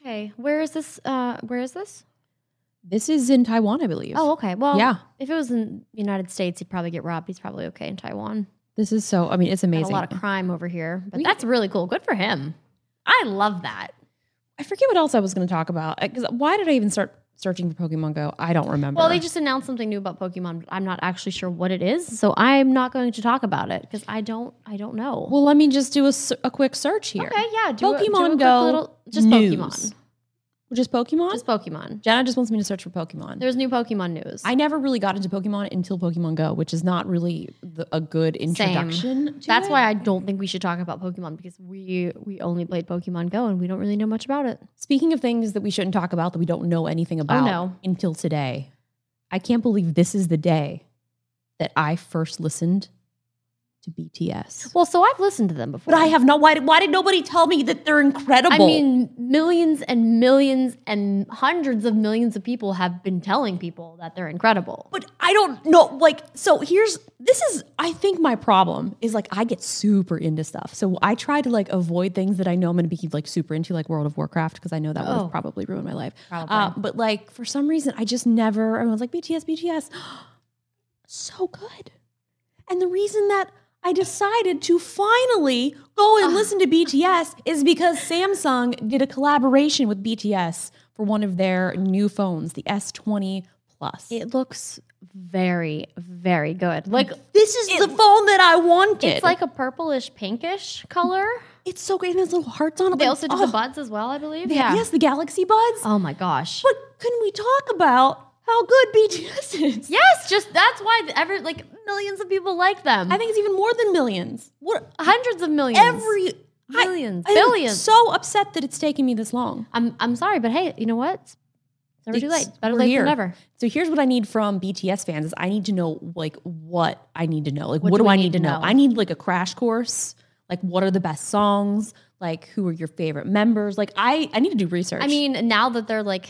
[SPEAKER 3] Okay. Where is this? Uh, where is this?
[SPEAKER 2] This is in Taiwan, I believe.
[SPEAKER 3] Oh, okay. Well,
[SPEAKER 2] yeah.
[SPEAKER 3] If it was in the United States, he'd probably get robbed. He's probably okay in Taiwan.
[SPEAKER 2] This is so, I mean, it's
[SPEAKER 3] Got
[SPEAKER 2] amazing.
[SPEAKER 3] a lot of crime over here, but
[SPEAKER 2] We-
[SPEAKER 3] that's really cool. Good for him. I love that.
[SPEAKER 2] I forget what else I was going to talk about. Because why did I even start searching for Pokemon Go? I don't remember.
[SPEAKER 3] Well, they just announced something new about Pokemon. but I'm not actually sure what it is, so I'm not going to talk about it because I don't. I don't know.
[SPEAKER 2] Well, let me just do a, s- a quick search here.
[SPEAKER 3] okay, yeah. Do a- do a
[SPEAKER 2] Pokemon
[SPEAKER 3] quick
[SPEAKER 2] Go.
[SPEAKER 3] little- just
[SPEAKER 2] news.
[SPEAKER 3] Pokemon.
[SPEAKER 2] Just Pokemon?
[SPEAKER 3] Just Pokemon.
[SPEAKER 2] Jenna just wants me to search for Pokemon.
[SPEAKER 3] There's new Pokemon news.
[SPEAKER 2] I never really got into Pokemon until Pokemon Go, which is not really the, a good introduction. To
[SPEAKER 3] That's
[SPEAKER 2] it.
[SPEAKER 3] why I don't think we should talk about Pokemon because we we only played Pokemon Go and we don't really know much about it.
[SPEAKER 2] Speaking of things that we shouldn't talk about that we don't know anything about
[SPEAKER 3] Oh, no.
[SPEAKER 2] until today, I can't believe this is the day that I first listened to BTS.
[SPEAKER 3] Well, so I've listened to them before.
[SPEAKER 2] But I have not. Why did, why did nobody tell me that they're incredible?
[SPEAKER 3] I mean, millions and millions and hundreds of millions of people have been telling people that they're incredible.
[SPEAKER 2] but I don't know. Like, so here's this is I think my problem is like I get super into stuff, so I try to like avoid things that I know I'm going to be like super into, like World of Warcraft, because I know that would
[SPEAKER 3] Oh.
[SPEAKER 2] have probably ruined my life.
[SPEAKER 3] Probably.
[SPEAKER 2] Uh, but like for some reason, I just never. Everyone's like BTS, BTS, so good. And the reason that I decided to finally go and listen to BTS is because Samsung did a collaboration with BTS for one of their new phones, the S20 Plus.
[SPEAKER 3] It looks very, very good. Like
[SPEAKER 2] This is the phone that I wanted.
[SPEAKER 3] it's like a purplish pinkish color.
[SPEAKER 2] it's so great. And there's little hearts on it.
[SPEAKER 3] They
[SPEAKER 2] like,
[SPEAKER 3] also did
[SPEAKER 2] oh,
[SPEAKER 3] the buds as well, I believe.
[SPEAKER 2] they- Yes, the Galaxy Buds.
[SPEAKER 3] Oh my gosh.
[SPEAKER 2] But can we talk about how good BTS is?
[SPEAKER 3] Yes, just that's why the- every like millions of people like them.
[SPEAKER 2] I think it's even more than millions. What
[SPEAKER 3] hundreds of Uh, millions.
[SPEAKER 2] every I-
[SPEAKER 3] Millions.
[SPEAKER 2] I, am
[SPEAKER 3] Billions.
[SPEAKER 2] So upset that it's taken me this long.
[SPEAKER 3] I'm I'm sorry, but hey, you know what? It's never too
[SPEAKER 2] It's-
[SPEAKER 3] late. Better
[SPEAKER 2] we're
[SPEAKER 3] late
[SPEAKER 2] here.
[SPEAKER 3] than never.
[SPEAKER 2] So here's what I need from BTS fans is I need to know like what I need to know. Like
[SPEAKER 3] What
[SPEAKER 2] what,
[SPEAKER 3] do
[SPEAKER 2] do,
[SPEAKER 3] we
[SPEAKER 2] I need to know? I need like a crash course. Like what are the best songs? Like who are your favorite members? Like I I need to do research.
[SPEAKER 3] I mean, now that they're like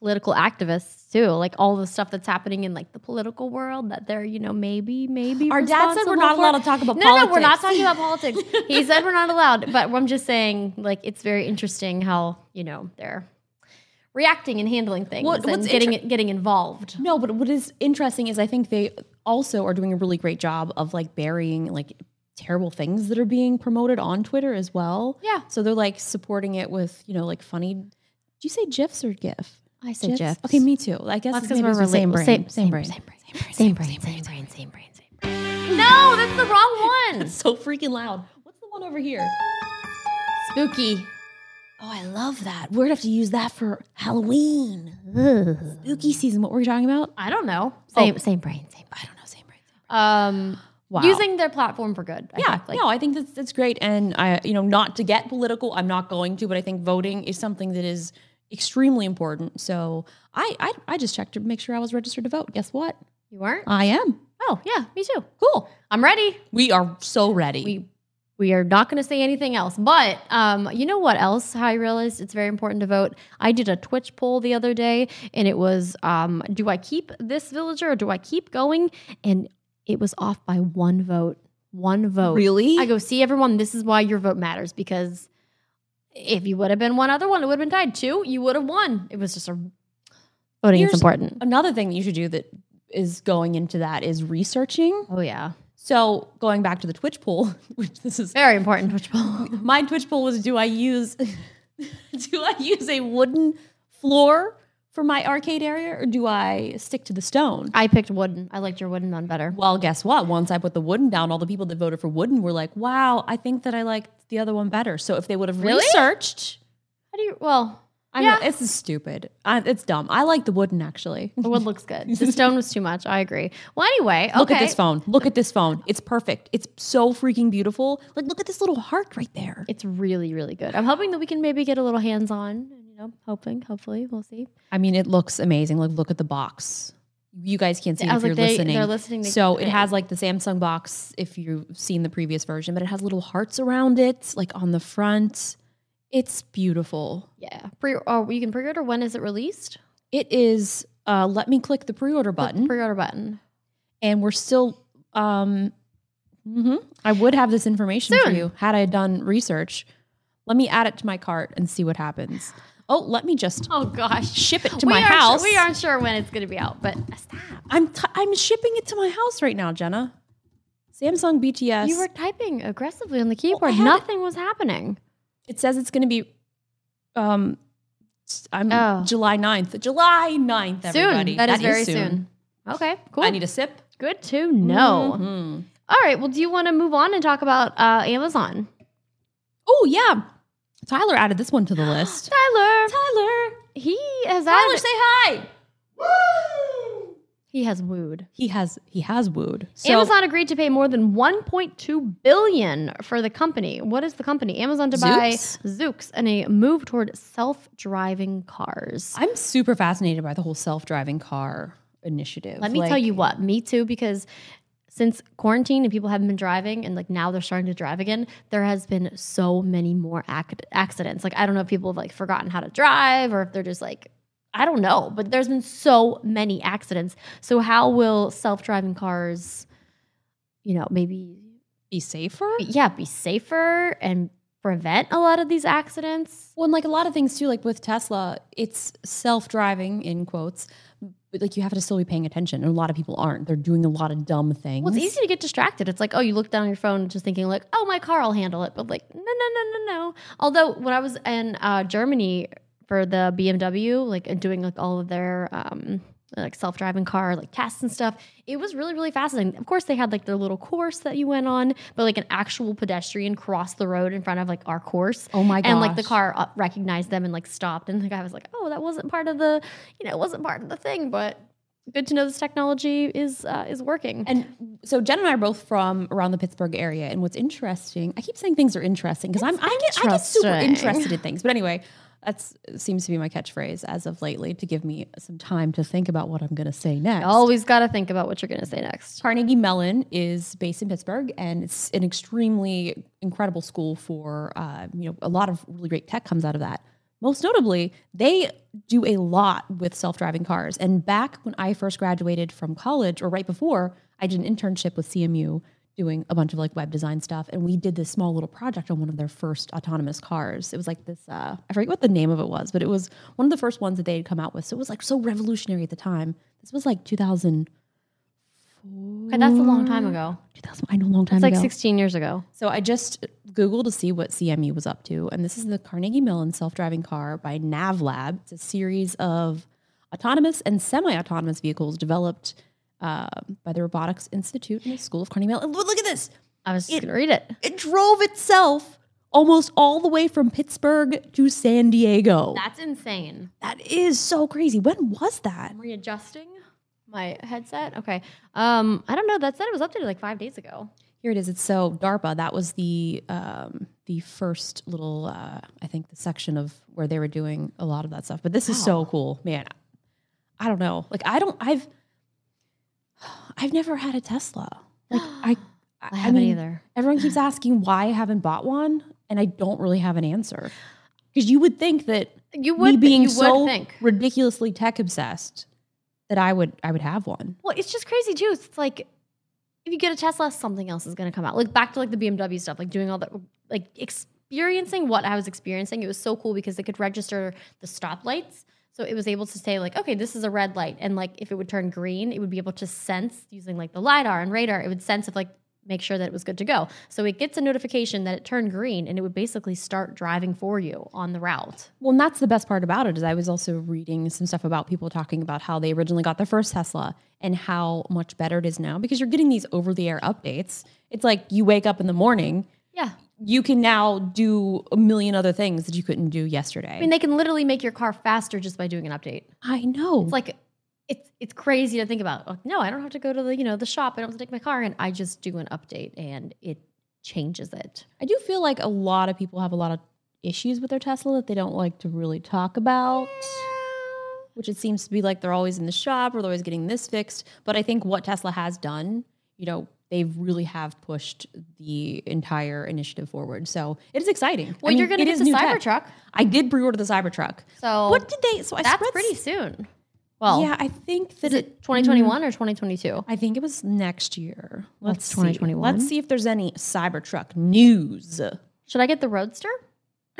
[SPEAKER 3] political activists too, like all the stuff that's happening in like the political world that they're, you know, maybe, maybe.
[SPEAKER 2] our dad said we're not
[SPEAKER 3] responsible
[SPEAKER 2] allowed
[SPEAKER 3] for.
[SPEAKER 2] to talk about
[SPEAKER 3] No,
[SPEAKER 2] politics.
[SPEAKER 3] no, we're not talking about politics. He said we're not allowed, but I'm just saying, like, it's very interesting how you know they're reacting and handling things
[SPEAKER 2] What-
[SPEAKER 3] and
[SPEAKER 2] what's
[SPEAKER 3] getting getting involved.
[SPEAKER 2] No, but what is interesting is I think they also are doing a really great job of like burying like terrible things that are being promoted on Twitter as well.
[SPEAKER 3] Yeah.
[SPEAKER 2] So they're like supporting it with, you know, like funny. Do you say GIFs or GIF?
[SPEAKER 3] I said
[SPEAKER 2] GIFs.
[SPEAKER 3] Jeff.
[SPEAKER 2] Okay, me too. I guess
[SPEAKER 3] That's
[SPEAKER 2] it's
[SPEAKER 3] because
[SPEAKER 2] maybe
[SPEAKER 3] we're
[SPEAKER 2] it's the
[SPEAKER 3] related.
[SPEAKER 2] same brain.
[SPEAKER 3] Same, same brain. Same brain. Same brain. Same brain. Same brain. Same brain. No, that's the wrong one.
[SPEAKER 2] So freaking loud. What's the one over here?
[SPEAKER 3] Spooky.
[SPEAKER 2] Oh, I love that. We're gonna have to use that for Halloween. Spooky season. What were we talking about?
[SPEAKER 3] I don't know.
[SPEAKER 2] Same-
[SPEAKER 3] Same brain. Same.
[SPEAKER 2] I don't know. Same brain.
[SPEAKER 3] Um,
[SPEAKER 2] Wow.
[SPEAKER 3] using their platform for good. I
[SPEAKER 2] yeah,
[SPEAKER 3] think. Like,
[SPEAKER 2] no, I think that's that's great, and I, you know, not to get political, I'm not going to, but I think voting is something that is extremely important. So I, I, I just checked to make sure I was registered to vote. Guess what?
[SPEAKER 3] you weren't.
[SPEAKER 2] I am.
[SPEAKER 3] Oh yeah, me too.
[SPEAKER 2] Cool.
[SPEAKER 3] I'm ready.
[SPEAKER 2] We are so ready.
[SPEAKER 3] We we are not going to say anything else. But um, you know what else? How I realized it's very important to vote. I did a Twitch poll the other day, and it was, um, do I keep this villager or do I keep going? And it was off by one vote. One vote.
[SPEAKER 2] really?
[SPEAKER 3] I go, see everyone, this is why your vote matters because if you would have been one other one, it would have been tied. Two, you would have won. It was just a voting is
[SPEAKER 2] Here's-
[SPEAKER 3] important.
[SPEAKER 2] Another thing that you should do that is going into that is researching.
[SPEAKER 3] Oh yeah.
[SPEAKER 2] So going back to the Twitch poll, which this is
[SPEAKER 3] Very important Twitch poll.
[SPEAKER 2] my Twitch poll was: Do I use do I use a wooden floor for my arcade area or do I stick to the stone?
[SPEAKER 3] I picked wooden. I liked your wooden one better.
[SPEAKER 2] Well, guess what? Once I put the wooden down, all the people that voted for wooden were like, wow, I think that I liked the other one better. So if they would have
[SPEAKER 3] Really?
[SPEAKER 2] researched,
[SPEAKER 3] How do you? Well,
[SPEAKER 2] I
[SPEAKER 3] Yeah.
[SPEAKER 2] know it's stupid. I, it's dumb. I like the wooden actually.
[SPEAKER 3] the wood looks good. The stone was too much. I agree. Well, anyway, okay.
[SPEAKER 2] Look at this phone. Look at this phone. It's perfect. It's so freaking beautiful. Like, look at this little heart right there.
[SPEAKER 3] It's really, really good. I'm hoping that we can maybe get a little hands on. You know, hoping, hopefully, we'll see.
[SPEAKER 2] I mean, it looks amazing. Like, look at the box. You guys can't see it
[SPEAKER 3] I
[SPEAKER 2] if
[SPEAKER 3] was
[SPEAKER 2] you're
[SPEAKER 3] like, they,
[SPEAKER 2] listening.
[SPEAKER 3] they're listening. They
[SPEAKER 2] So
[SPEAKER 3] can
[SPEAKER 2] it
[SPEAKER 3] hear
[SPEAKER 2] has like the Samsung box if you've seen the previous version, but it has little hearts around it, like on the front. It's beautiful.
[SPEAKER 3] Yeah, pre or you can pre-order. When is it released?
[SPEAKER 2] It is. Uh, let me click the pre-order
[SPEAKER 3] Click the
[SPEAKER 2] button,
[SPEAKER 3] Pre-order button.
[SPEAKER 2] and we're still. Um, mhm. I would have this information for
[SPEAKER 3] Soon.
[SPEAKER 2] you had I done research. Let me add it to my cart and see what happens. Oh, let me just
[SPEAKER 3] Oh gosh,
[SPEAKER 2] ship it to
[SPEAKER 3] we
[SPEAKER 2] my
[SPEAKER 3] aren't su-
[SPEAKER 2] house.
[SPEAKER 3] we aren't sure when it's going to be out, but stop.
[SPEAKER 2] I'm t- I'm shipping it to my house right now, Jenna. Samsung BTS.
[SPEAKER 3] You were typing aggressively on the keyboard.
[SPEAKER 2] Oh, had-
[SPEAKER 3] Nothing was happening.
[SPEAKER 2] it says it's going to be um s- I'm
[SPEAKER 3] Oh.
[SPEAKER 2] July 9th. July 9th everybody.
[SPEAKER 3] Soon. That is very soon. Okay, cool.
[SPEAKER 2] I need a sip.
[SPEAKER 3] Good to know.
[SPEAKER 2] Mhm.
[SPEAKER 3] All right. Well, do you want to move on and talk about uh, Amazon?
[SPEAKER 2] Oh yeah. Tyler added this one to the list.
[SPEAKER 3] Tyler.
[SPEAKER 2] Tyler.
[SPEAKER 3] He has
[SPEAKER 2] Tyler
[SPEAKER 3] added.
[SPEAKER 2] say hi.
[SPEAKER 3] he has wooed.
[SPEAKER 2] He has he has wooed. So
[SPEAKER 3] Amazon agreed to pay more than 1.2 billion for the company. What is the company? Amazon to buy
[SPEAKER 2] Zoox?
[SPEAKER 3] Zoox and a move toward self-driving cars.
[SPEAKER 2] I'm super fascinated by the whole self-driving car initiative.
[SPEAKER 3] Let me
[SPEAKER 2] Like,
[SPEAKER 3] tell you what, me too, because since quarantine and people haven't been driving and like now they're starting to drive again, there has been so many more ac- accidents. Like, I don't know if people have like forgotten how to drive or if they're just like, I don't know, but there's been so many accidents. So, how will self driving cars, you know, maybe,
[SPEAKER 2] be safer.
[SPEAKER 3] yeah, be safer and prevent a lot of these accidents?
[SPEAKER 2] Well, and like a lot of things too, like with Tesla, it's self-driving in quotes, but like you have to still be paying attention, and a lot of people aren't. They're doing a lot of dumb things.
[SPEAKER 3] Well, it's easy to get distracted. It's like, oh, you look down your phone just thinking like, oh, my car will handle it. But like, no, no, no, no, no. Although when I was in uh, Germany for the BMW, like and doing like all of their um, like self-driving car like tests and stuff, it was really really fascinating. Of course, they had like their little course that you went on, but like an actual pedestrian crossed the road in front of like our course.
[SPEAKER 2] Oh my
[SPEAKER 3] And like the
[SPEAKER 2] gosh.
[SPEAKER 3] car uh, recognized them and like stopped, and the guy was like, "Oh, that wasn't part of the, you know, it wasn't part of the thing." But good to know this technology is uh, is working.
[SPEAKER 2] And so Jen and I are both from around the Pittsburgh area, and what's interesting, I keep saying things are interesting because I'm I get I get super
[SPEAKER 3] interesting.
[SPEAKER 2] interested in things. But anyway, that seems to be my catchphrase as of lately to give me some time to think about what I'm going to say next.
[SPEAKER 3] Always got to think about what you're going to say next.
[SPEAKER 2] Carnegie Mellon is based in Pittsburgh, and it's an extremely incredible school for uh, you know a lot of really great tech comes out of that. Most notably, they do a lot with self-driving cars. And back when I first graduated from college, or right before, I did an internship with CMU doing a bunch of like web design stuff, and we did this small little project on one of their first autonomous cars. It was like this uh, I forget what the name of it was, but it was one of the first ones that they had come out with. So it was like so revolutionary at the time. This was like 2000-
[SPEAKER 3] Okay, that's a long time ago.
[SPEAKER 2] 2000, I know a long time
[SPEAKER 3] It's like
[SPEAKER 2] ago.
[SPEAKER 3] 16 years ago.
[SPEAKER 2] so I just Googled to see what CMU was up to. And this is the Carnegie Mellon self driving car by NavLab. It's a series of autonomous and semi autonomous vehicles developed uh, by the Robotics Institute in the School of Carnegie Mellon. Look look at this.
[SPEAKER 3] I was just going to read it.
[SPEAKER 2] It drove itself almost all the way from Pittsburgh to San Diego.
[SPEAKER 3] That's insane.
[SPEAKER 2] that is so crazy. When was that?
[SPEAKER 3] I'm readjusting my headset. Okay. Um, I don't know. That said it was updated like five days ago.
[SPEAKER 2] Here it is. It's so DARPA. That was the um, the first little uh, I think the section of where they were doing a lot of that stuff. But this is so cool, man. I don't know. Like I don't. I've I've never had a Tesla. Like I. I,
[SPEAKER 3] I haven't
[SPEAKER 2] mean,
[SPEAKER 3] either.
[SPEAKER 2] Everyone keeps asking why I haven't bought one, and I don't really have an answer. Because you would think that
[SPEAKER 3] You
[SPEAKER 2] me
[SPEAKER 3] would,
[SPEAKER 2] being
[SPEAKER 3] you
[SPEAKER 2] so
[SPEAKER 3] would think.
[SPEAKER 2] ridiculously tech obsessed that I would I would have one.
[SPEAKER 3] Well, it's just crazy too. It's like if you get a Tesla, something else is going to come out. Like back to like the BMW stuff, like doing all that, like experiencing what I was experiencing. It was so cool because it could register the stoplights. So it was able to say like, okay, this is a red light, and like if it would turn green, it would be able to sense using like the lidar and radar. It would sense if like make sure that it was good to go. So it gets a notification that it turned green and it would basically start driving for you on the route.
[SPEAKER 2] Well, and that's the best part about it is I was also reading some stuff about people talking about how they originally got their first Tesla and how much better it is now because you're getting these over the air updates. It's like you wake up in the morning,
[SPEAKER 3] Yeah.
[SPEAKER 2] you can now do a million other things that you couldn't do yesterday.
[SPEAKER 3] I mean, they can literally make your car faster just by doing an update.
[SPEAKER 2] I know.
[SPEAKER 3] It's like it's it's crazy to think about. Like, no, I don't have to go to the, you know, the shop. I don't have to take my car in. I just do an update and it changes it.
[SPEAKER 2] I do feel like a lot of people have a lot of issues with their Tesla that they don't like to really talk about. Which it seems to be like they're always in the shop or they're always getting this fixed. But I think what Tesla has done, you know, they really have pushed the entire initiative forward. So it is exciting.
[SPEAKER 3] Well,
[SPEAKER 2] I mean,
[SPEAKER 3] you're going to
[SPEAKER 2] it
[SPEAKER 3] get
[SPEAKER 2] is
[SPEAKER 3] the
[SPEAKER 2] new tech.
[SPEAKER 3] Cybertruck.
[SPEAKER 2] I did pre-order the Cybertruck.
[SPEAKER 3] So
[SPEAKER 2] what did they? So I
[SPEAKER 3] that's
[SPEAKER 2] spread-
[SPEAKER 3] pretty soon. Well,
[SPEAKER 2] yeah, I think that
[SPEAKER 3] is
[SPEAKER 2] it. mm-hmm.
[SPEAKER 3] it 2021 or 2022?
[SPEAKER 2] I think it was next year. Let's see.
[SPEAKER 3] 2021?
[SPEAKER 2] Let's see if there's any Cybertruck news. I
[SPEAKER 3] Should I get the Roadster?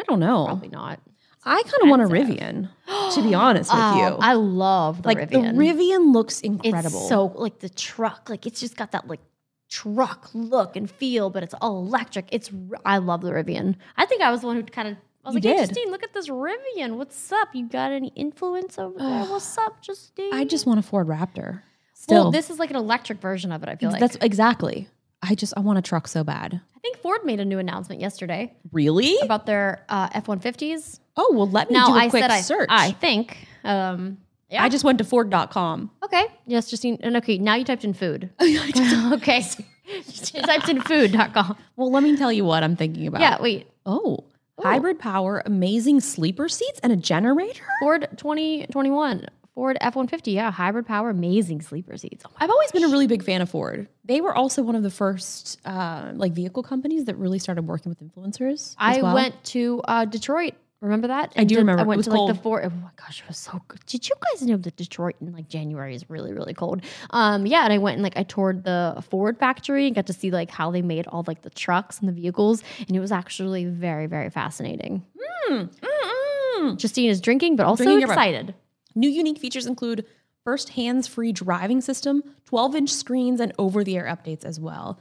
[SPEAKER 2] don't know.
[SPEAKER 3] Probably not.
[SPEAKER 2] I kind of want a Rivian, to be honest with you.
[SPEAKER 3] Um, I love the
[SPEAKER 2] like
[SPEAKER 3] Rivian.
[SPEAKER 2] the Rivian looks
[SPEAKER 3] it's
[SPEAKER 2] incredible.
[SPEAKER 3] so like the truck, like it's just got that like truck look and feel, but it's all electric. It's r- I love the Rivian. I think I was the one who kind of I was
[SPEAKER 2] You
[SPEAKER 3] like, hey,
[SPEAKER 2] did.
[SPEAKER 3] Justine, look at this Rivian. What's up? You got any influence over there? What's up, Justine?
[SPEAKER 2] I just want a Ford Raptor. Still,
[SPEAKER 3] well, this is like an electric version of it. I feel like
[SPEAKER 2] that's exactly. I just I want a truck so bad.
[SPEAKER 3] I think Ford made a new announcement yesterday
[SPEAKER 2] Really?
[SPEAKER 3] about their uh, F-150s.
[SPEAKER 2] Oh well, let me
[SPEAKER 3] Now
[SPEAKER 2] do a
[SPEAKER 3] I
[SPEAKER 2] quick
[SPEAKER 3] said I,
[SPEAKER 2] search.
[SPEAKER 3] I think. Um, yeah.
[SPEAKER 2] I just went to Ford.com.
[SPEAKER 3] Okay. Yes, Justine. And okay, now you typed in food. okay. you typed in food.com.
[SPEAKER 2] Well, let me tell you what I'm thinking about.
[SPEAKER 3] Yeah, wait.
[SPEAKER 2] Oh, hybrid power, amazing sleeper seats, and a generator.
[SPEAKER 3] Ford 2021, Ford F 150. Yeah, hybrid power, amazing sleeper seats. Oh my.
[SPEAKER 2] I've always been a really big fan of Ford. They were also one of the first uh, like vehicle companies that really started working with influencers. as
[SPEAKER 3] I
[SPEAKER 2] well.
[SPEAKER 3] went to uh, Detroit. Remember that?
[SPEAKER 2] I do
[SPEAKER 3] did-
[SPEAKER 2] remember.
[SPEAKER 3] I
[SPEAKER 2] It
[SPEAKER 3] went
[SPEAKER 2] was
[SPEAKER 3] to like
[SPEAKER 2] cold.
[SPEAKER 3] the Ford. Oh my gosh, it was so good. Did you guys know that Detroit in like January is really, really cold? Um, yeah, and I went and like I toured the Ford factory and got to see like how they made all like the trucks and the vehicles, and it was actually very, very fascinating.
[SPEAKER 2] Hmm, Mm-mm.
[SPEAKER 3] Justine is drinking, but also
[SPEAKER 2] drinking your bud.
[SPEAKER 3] excited.
[SPEAKER 2] New unique features include first hands-free driving system, 12-inch screens, and over-the-air updates as well.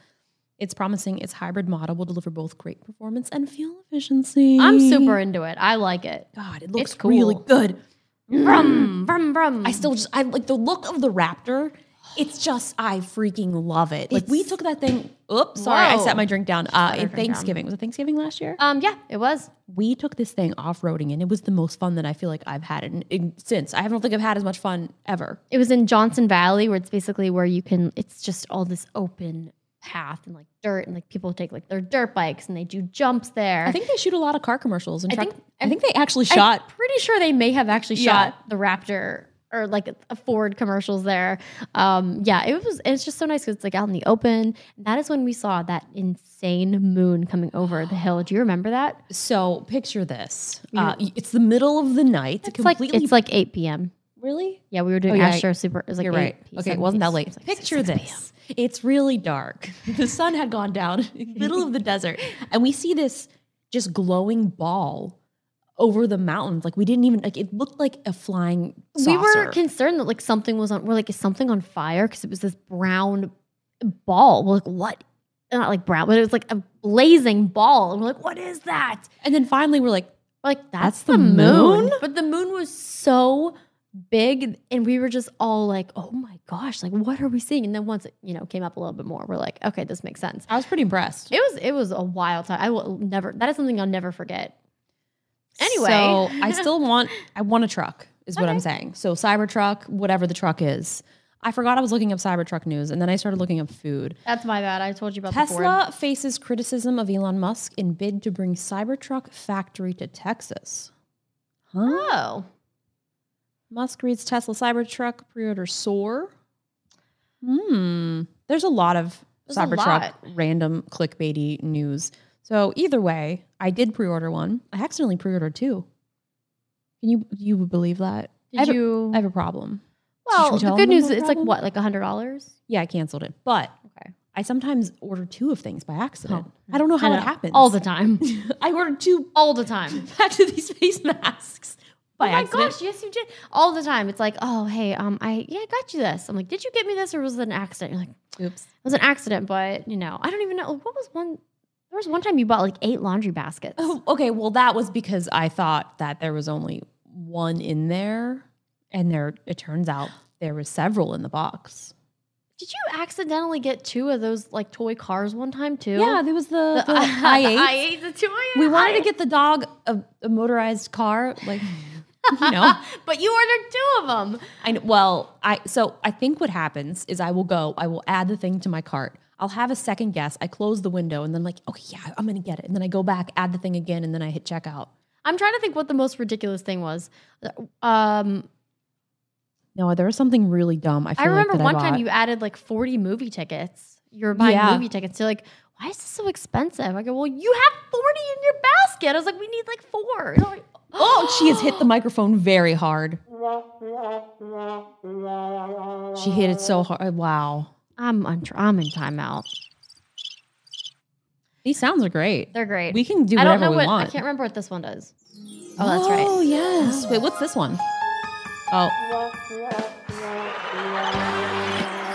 [SPEAKER 2] It's promising its hybrid model will deliver both great performance and fuel efficiency.
[SPEAKER 3] I'm super into it. I like it.
[SPEAKER 2] God, it looks
[SPEAKER 3] It's cool.
[SPEAKER 2] really good. Mm.
[SPEAKER 3] Brum, brum, brum.
[SPEAKER 2] I still just I like the look of the Raptor. It's just I freaking love it. Like we took that thing. Oops, sorry, I
[SPEAKER 3] Whoa.
[SPEAKER 2] set my drink down. Uh, in Thanksgiving was it Thanksgiving last year?
[SPEAKER 3] um, yeah, it was.
[SPEAKER 2] we took this thing off roading, and it was the most fun that I feel like I've had in, in, since. I don't think I've had as much fun ever.
[SPEAKER 3] It was in Johnson Valley, where it's basically where you can. It's just all this open path and like dirt, and like people take like their dirt bikes and they do jumps there.
[SPEAKER 2] I think they shoot a lot of car commercials and
[SPEAKER 3] I
[SPEAKER 2] truck.
[SPEAKER 3] think-
[SPEAKER 2] I think they actually shot.
[SPEAKER 3] pretty sure they may have actually
[SPEAKER 2] Yeah.
[SPEAKER 3] shot the Raptor or like a Ford commercials there. Um, yeah, it was. It's just so nice because it's like out in the open. That is when we saw that insane moon coming over the hill. Do you remember that?
[SPEAKER 2] so picture this: uh, y- it's the middle of the night.
[SPEAKER 3] It's like it's like eight p.m.
[SPEAKER 2] really.
[SPEAKER 3] Yeah, we were doing
[SPEAKER 2] Oh, yeah,
[SPEAKER 3] Astro Super. It was like
[SPEAKER 2] You're
[SPEAKER 3] 8
[SPEAKER 2] right.
[SPEAKER 3] p-
[SPEAKER 2] Okay, it
[SPEAKER 3] 7
[SPEAKER 2] wasn't that
[SPEAKER 3] p-
[SPEAKER 2] late.
[SPEAKER 3] something like
[SPEAKER 2] Picture
[SPEAKER 3] 6 p.m.
[SPEAKER 2] this. It's really dark. The sun had gone down in the middle of the desert. And we see this just glowing ball over the mountains. Like we didn't even like it looked like a flying saucer.
[SPEAKER 3] We were concerned that like something was on. We're like, is something on fire? Because it was this brown ball. We're like, what? Not like brown, but it was like a blazing ball. And we're like, what is that?
[SPEAKER 2] and then finally we're like,
[SPEAKER 3] We're like,
[SPEAKER 2] That's
[SPEAKER 3] that's,
[SPEAKER 2] the
[SPEAKER 3] the, moon.
[SPEAKER 2] moon?
[SPEAKER 3] But the moon was so big, and we were just all like, oh my gosh, like what are we seeing? And then once it, you know came up a little bit more, we're like, okay, this makes sense.
[SPEAKER 2] I was pretty impressed.
[SPEAKER 3] It was it was a wild time. I will never. That is something I'll never forget. Anyway,
[SPEAKER 2] So I still want I want a truck, is what I'm saying. So Cybertruck, whatever the truck is. I forgot I was looking up Cybertruck news and then I started looking up food.
[SPEAKER 3] That's my bad. I told you about the Ford.
[SPEAKER 2] Tesla faces criticism of Elon Musk in bid to bring Cybertruck factory to Texas. Huh?
[SPEAKER 3] Oh,
[SPEAKER 2] Musk reads Tesla Cybertruck pre-order soar. Hmm. There's a lot of
[SPEAKER 3] There's a
[SPEAKER 2] Cybertruck
[SPEAKER 3] lot.
[SPEAKER 2] random clickbaity news. So either way, I did pre-order one. I accidentally pre-ordered two. Can you you would believe that? I
[SPEAKER 3] did
[SPEAKER 2] have a-
[SPEAKER 3] you?
[SPEAKER 2] I have a problem. Should
[SPEAKER 3] well,
[SPEAKER 2] we
[SPEAKER 3] the
[SPEAKER 2] tell
[SPEAKER 3] good
[SPEAKER 2] them
[SPEAKER 3] news
[SPEAKER 2] about
[SPEAKER 3] is it's like
[SPEAKER 2] problem?
[SPEAKER 3] what, like a hundred dollars?
[SPEAKER 2] Yeah, I canceled it. But
[SPEAKER 3] Okay.
[SPEAKER 2] I sometimes order two of things by accident. I don't know Oh, how
[SPEAKER 3] I
[SPEAKER 2] it
[SPEAKER 3] know.
[SPEAKER 2] happens.
[SPEAKER 3] all the time,
[SPEAKER 2] I ordered two
[SPEAKER 3] all the time.
[SPEAKER 2] back to these face masks by
[SPEAKER 3] oh my
[SPEAKER 2] accident.
[SPEAKER 3] gosh, yes, you did. All the time. It's like, oh, hey, um, I yeah, I got you this. I'm like, did you get me this or was it an accident? You're like, it
[SPEAKER 2] Oops.
[SPEAKER 3] was an accident, but you know, I don't even know. What was one? There was one time you bought like eight laundry baskets.
[SPEAKER 2] Oh, okay. Well, that was because I thought that there was only one in there, and there it turns out there was several in the box.
[SPEAKER 3] Did you accidentally get two of those like toy cars one time too?
[SPEAKER 2] Yeah, there was the, the,
[SPEAKER 3] I
[SPEAKER 2] I8.
[SPEAKER 3] ate the two. I
[SPEAKER 2] we wanted to get the dog a, a motorized car, like you know.
[SPEAKER 3] but you ordered two of them.
[SPEAKER 2] I know, well, I so I think what happens is I will go, I will add the thing to my cart. I'll have a second guess. I close the window and then like, okay, yeah, I'm gonna get it. And then I go back, add the thing again, and then I hit checkout.
[SPEAKER 3] I'm trying to think what the most ridiculous thing was. Um,
[SPEAKER 2] No, there was something really dumb. I, feel
[SPEAKER 3] I remember
[SPEAKER 2] like, that
[SPEAKER 3] one
[SPEAKER 2] I
[SPEAKER 3] time
[SPEAKER 2] bought.
[SPEAKER 3] you added like 40 movie tickets. You were buying
[SPEAKER 2] Yeah.
[SPEAKER 3] movie tickets. You're like, why is this so expensive? I go, well, you have 40 in your basket. I was like, we need like four. You're like,
[SPEAKER 2] Oh, she has hit the microphone very hard. She hit it so hard. Oh, Wow,
[SPEAKER 3] I'm, on, I'm in timeout.
[SPEAKER 2] these sounds are great.
[SPEAKER 3] They're great.
[SPEAKER 2] We can do
[SPEAKER 3] I
[SPEAKER 2] whatever
[SPEAKER 3] don't know
[SPEAKER 2] we
[SPEAKER 3] what,
[SPEAKER 2] want.
[SPEAKER 3] I can't remember what this one does. Oh, that's right.
[SPEAKER 2] Oh yes. Wait, what's this one? Oh,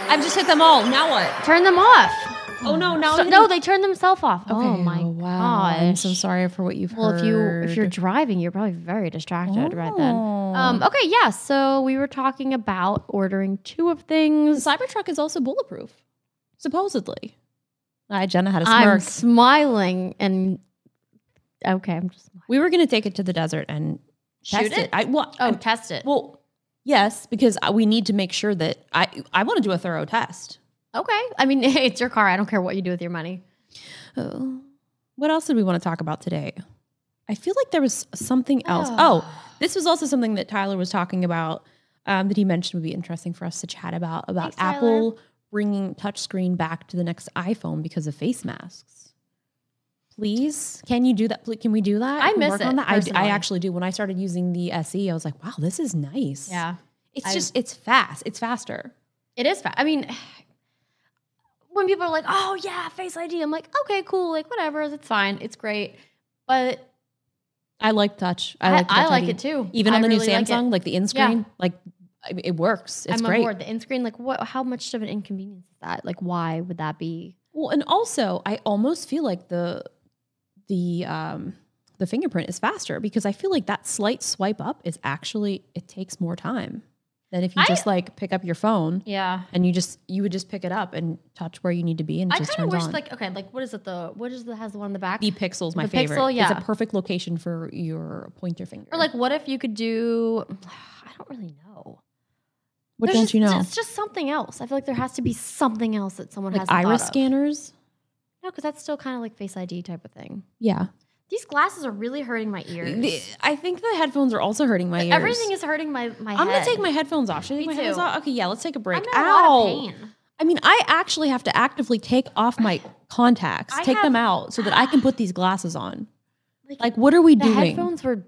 [SPEAKER 2] I've just hit them all. Now what?
[SPEAKER 3] Turn them off.
[SPEAKER 2] Oh no, now
[SPEAKER 3] So-
[SPEAKER 2] I'm
[SPEAKER 3] no,
[SPEAKER 2] hitting-
[SPEAKER 3] they turn themselves off. oh
[SPEAKER 2] Okay,
[SPEAKER 3] my
[SPEAKER 2] wow. I'm
[SPEAKER 3] gosh.
[SPEAKER 2] so sorry for what you've
[SPEAKER 3] Well, if
[SPEAKER 2] heard. Oh.
[SPEAKER 3] you if you're driving, you're probably very distracted right then. Um, okay, yeah. So we were talking about ordering two of
[SPEAKER 2] the
[SPEAKER 3] things.
[SPEAKER 2] Cybertruck is also bulletproof, supposedly. I Jenna had a
[SPEAKER 3] I'm
[SPEAKER 2] smirk.
[SPEAKER 3] smiling and okay, I'm just smiling.
[SPEAKER 2] we were going to take it to the desert and
[SPEAKER 3] Shoot
[SPEAKER 2] test
[SPEAKER 3] it?
[SPEAKER 2] I well,
[SPEAKER 3] Oh,
[SPEAKER 2] I-
[SPEAKER 3] test it.
[SPEAKER 2] well, yes, because I- we need to make sure that I I want to do a thorough test.
[SPEAKER 3] okay. I mean, it's your car. I don't care what you do with your money.
[SPEAKER 2] Oh. What else did we want to talk about today? I feel like there was something else.
[SPEAKER 3] Oh.
[SPEAKER 2] Oh, this was also something that Tyler was talking about um, that he mentioned would be interesting for us to chat about about
[SPEAKER 3] Thanks, Tyler.
[SPEAKER 2] Apple bringing touchscreen back to the next iPhone because of face masks. Please, can you do that? Pl- Can we do that?
[SPEAKER 3] I
[SPEAKER 2] Can we
[SPEAKER 3] miss
[SPEAKER 2] work
[SPEAKER 3] it,
[SPEAKER 2] on that? I, d- I
[SPEAKER 3] personally.
[SPEAKER 2] actually do. When I started using the SE, I was like, wow, this is nice.
[SPEAKER 3] Yeah,
[SPEAKER 2] It's
[SPEAKER 3] I-
[SPEAKER 2] just, it's fast. It's faster.
[SPEAKER 3] it is. Fa- I mean, when people are like, "Oh yeah, Face ID," I'm like, "Okay, cool. Like whatever. That's fine. It's great." But
[SPEAKER 2] I like touch. I
[SPEAKER 3] I,
[SPEAKER 2] like, the
[SPEAKER 3] I
[SPEAKER 2] touch
[SPEAKER 3] like
[SPEAKER 2] ID.
[SPEAKER 3] it too.
[SPEAKER 2] Even
[SPEAKER 3] I
[SPEAKER 2] on the
[SPEAKER 3] really
[SPEAKER 2] new
[SPEAKER 3] like it.
[SPEAKER 2] Samsung, like, the in screen, like I mean, it works. It's
[SPEAKER 3] I'm
[SPEAKER 2] great.
[SPEAKER 3] on board. The end screen, like, what? How much of an inconvenience is that? Like, why would that be?
[SPEAKER 2] Well, and also I almost feel like the the um the fingerprint is faster because I feel like that slight swipe up is actually it takes more time than if you
[SPEAKER 3] I-
[SPEAKER 2] just like pick up your phone
[SPEAKER 3] Yeah,
[SPEAKER 2] and you just you would just pick it up and touch where you need to be and it
[SPEAKER 3] I
[SPEAKER 2] just
[SPEAKER 3] kind
[SPEAKER 2] turns
[SPEAKER 3] of wish,
[SPEAKER 2] on.
[SPEAKER 3] like, okay, like, what is it? The what is the has the one in the back?
[SPEAKER 2] the pixel's my
[SPEAKER 3] the
[SPEAKER 2] favorite.
[SPEAKER 3] pixel,
[SPEAKER 2] It's
[SPEAKER 3] yeah.
[SPEAKER 2] a perfect location for your pointer finger.
[SPEAKER 3] or like, what if you could do? I don't really know.
[SPEAKER 2] what
[SPEAKER 3] There's
[SPEAKER 2] don't
[SPEAKER 3] just,
[SPEAKER 2] you know?
[SPEAKER 3] It's just something else. I feel like there has to be something else that someone
[SPEAKER 2] Like
[SPEAKER 3] hasn't thought
[SPEAKER 2] iris
[SPEAKER 3] of.
[SPEAKER 2] scanners?
[SPEAKER 3] No, because that's still kind of like Face ID type of thing.
[SPEAKER 2] Yeah.
[SPEAKER 3] These glasses are really hurting my ears.
[SPEAKER 2] The- I think the headphones are also hurting my ears.
[SPEAKER 3] Everything is hurting my my.
[SPEAKER 2] I'm
[SPEAKER 3] head.
[SPEAKER 2] gonna take my headphones off. Should I take
[SPEAKER 3] Me
[SPEAKER 2] my headphones
[SPEAKER 3] too.
[SPEAKER 2] off? Okay, yeah, let's take a break.
[SPEAKER 3] I'm in a lot
[SPEAKER 2] Ow.
[SPEAKER 3] of pain.
[SPEAKER 2] I mean, I actually have to actively take off my contacts,
[SPEAKER 3] I
[SPEAKER 2] take them
[SPEAKER 3] have-
[SPEAKER 2] out so that I can put these glasses on.
[SPEAKER 3] Like,
[SPEAKER 2] Like, what are we
[SPEAKER 3] the
[SPEAKER 2] doing?
[SPEAKER 3] headphones were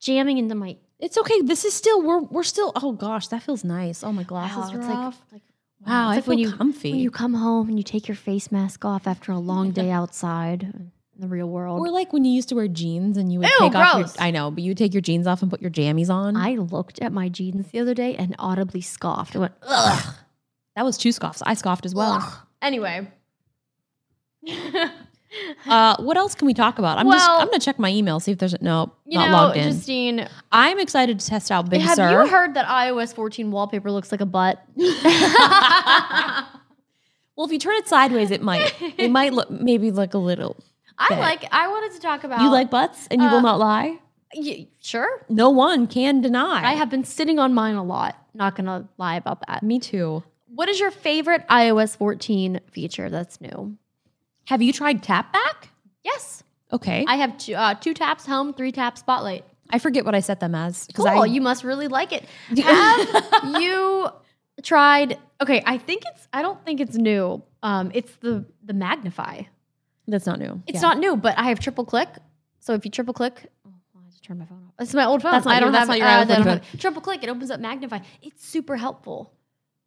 [SPEAKER 3] jamming into my.
[SPEAKER 2] It's okay. This is still we're we're still. Oh gosh, that feels nice. Oh my
[SPEAKER 3] Wow,
[SPEAKER 2] glasses
[SPEAKER 3] it's
[SPEAKER 2] are
[SPEAKER 3] like-
[SPEAKER 2] off.
[SPEAKER 3] like
[SPEAKER 2] Wow,
[SPEAKER 3] it's
[SPEAKER 2] I
[SPEAKER 3] like when
[SPEAKER 2] feel
[SPEAKER 3] you-
[SPEAKER 2] comfy.
[SPEAKER 3] When you come home and you take your face mask off after a long day outside in the real world.
[SPEAKER 2] or like when you used to wear jeans and you would
[SPEAKER 3] Ew,
[SPEAKER 2] take off. Your,
[SPEAKER 3] gross.
[SPEAKER 2] I know, but you would take your jeans off and put your jammies on.
[SPEAKER 3] I looked at my jeans the other day and audibly scoffed. I went, ugh.
[SPEAKER 2] that was two scoffs. I scoffed as well.
[SPEAKER 3] ugh. Anyway. you
[SPEAKER 2] Uh, what else can we talk about? I'm just
[SPEAKER 3] Well-
[SPEAKER 2] I'm gonna check my email see if there's no not
[SPEAKER 3] know,
[SPEAKER 2] logged in.
[SPEAKER 3] Justine,
[SPEAKER 2] I'm excited to test out Big
[SPEAKER 3] have
[SPEAKER 2] Sur.
[SPEAKER 3] you heard that iOS 14 wallpaper looks like a butt? I
[SPEAKER 2] well, if you turn it sideways, it might it might look maybe look a little Bet.
[SPEAKER 3] like, I wanted to talk about.
[SPEAKER 2] You like butts and you will
[SPEAKER 3] Uh,
[SPEAKER 2] not lie?
[SPEAKER 3] Y- sure.
[SPEAKER 2] No one can deny.
[SPEAKER 3] I have been sitting on mine a lot. Not going to lie about that.
[SPEAKER 2] Me too.
[SPEAKER 3] What is your favorite iOS 14 feature that's new?
[SPEAKER 2] Have you tried tap back?
[SPEAKER 3] Yes,
[SPEAKER 2] Okay. I,
[SPEAKER 3] I have two, uh, two taps home, three taps spotlight.
[SPEAKER 2] forget what I set them as. 'cause
[SPEAKER 3] Cool,
[SPEAKER 2] I,
[SPEAKER 3] you must really like it. Have you tried? Okay, I think it's. I don't think it's new. Um, it's the the magnify.
[SPEAKER 2] that's not new.
[SPEAKER 3] It's
[SPEAKER 2] Yeah.
[SPEAKER 3] not new, but I have triple click. So if you triple click, oh, I just turned my phone off. It's my old phone.
[SPEAKER 2] That's not
[SPEAKER 3] I
[SPEAKER 2] your-
[SPEAKER 3] don't
[SPEAKER 2] that's
[SPEAKER 3] have.
[SPEAKER 2] not your
[SPEAKER 3] uh,
[SPEAKER 2] iOS
[SPEAKER 3] I don't
[SPEAKER 2] 14
[SPEAKER 3] have- Triple click, it opens up magnify. It's super helpful.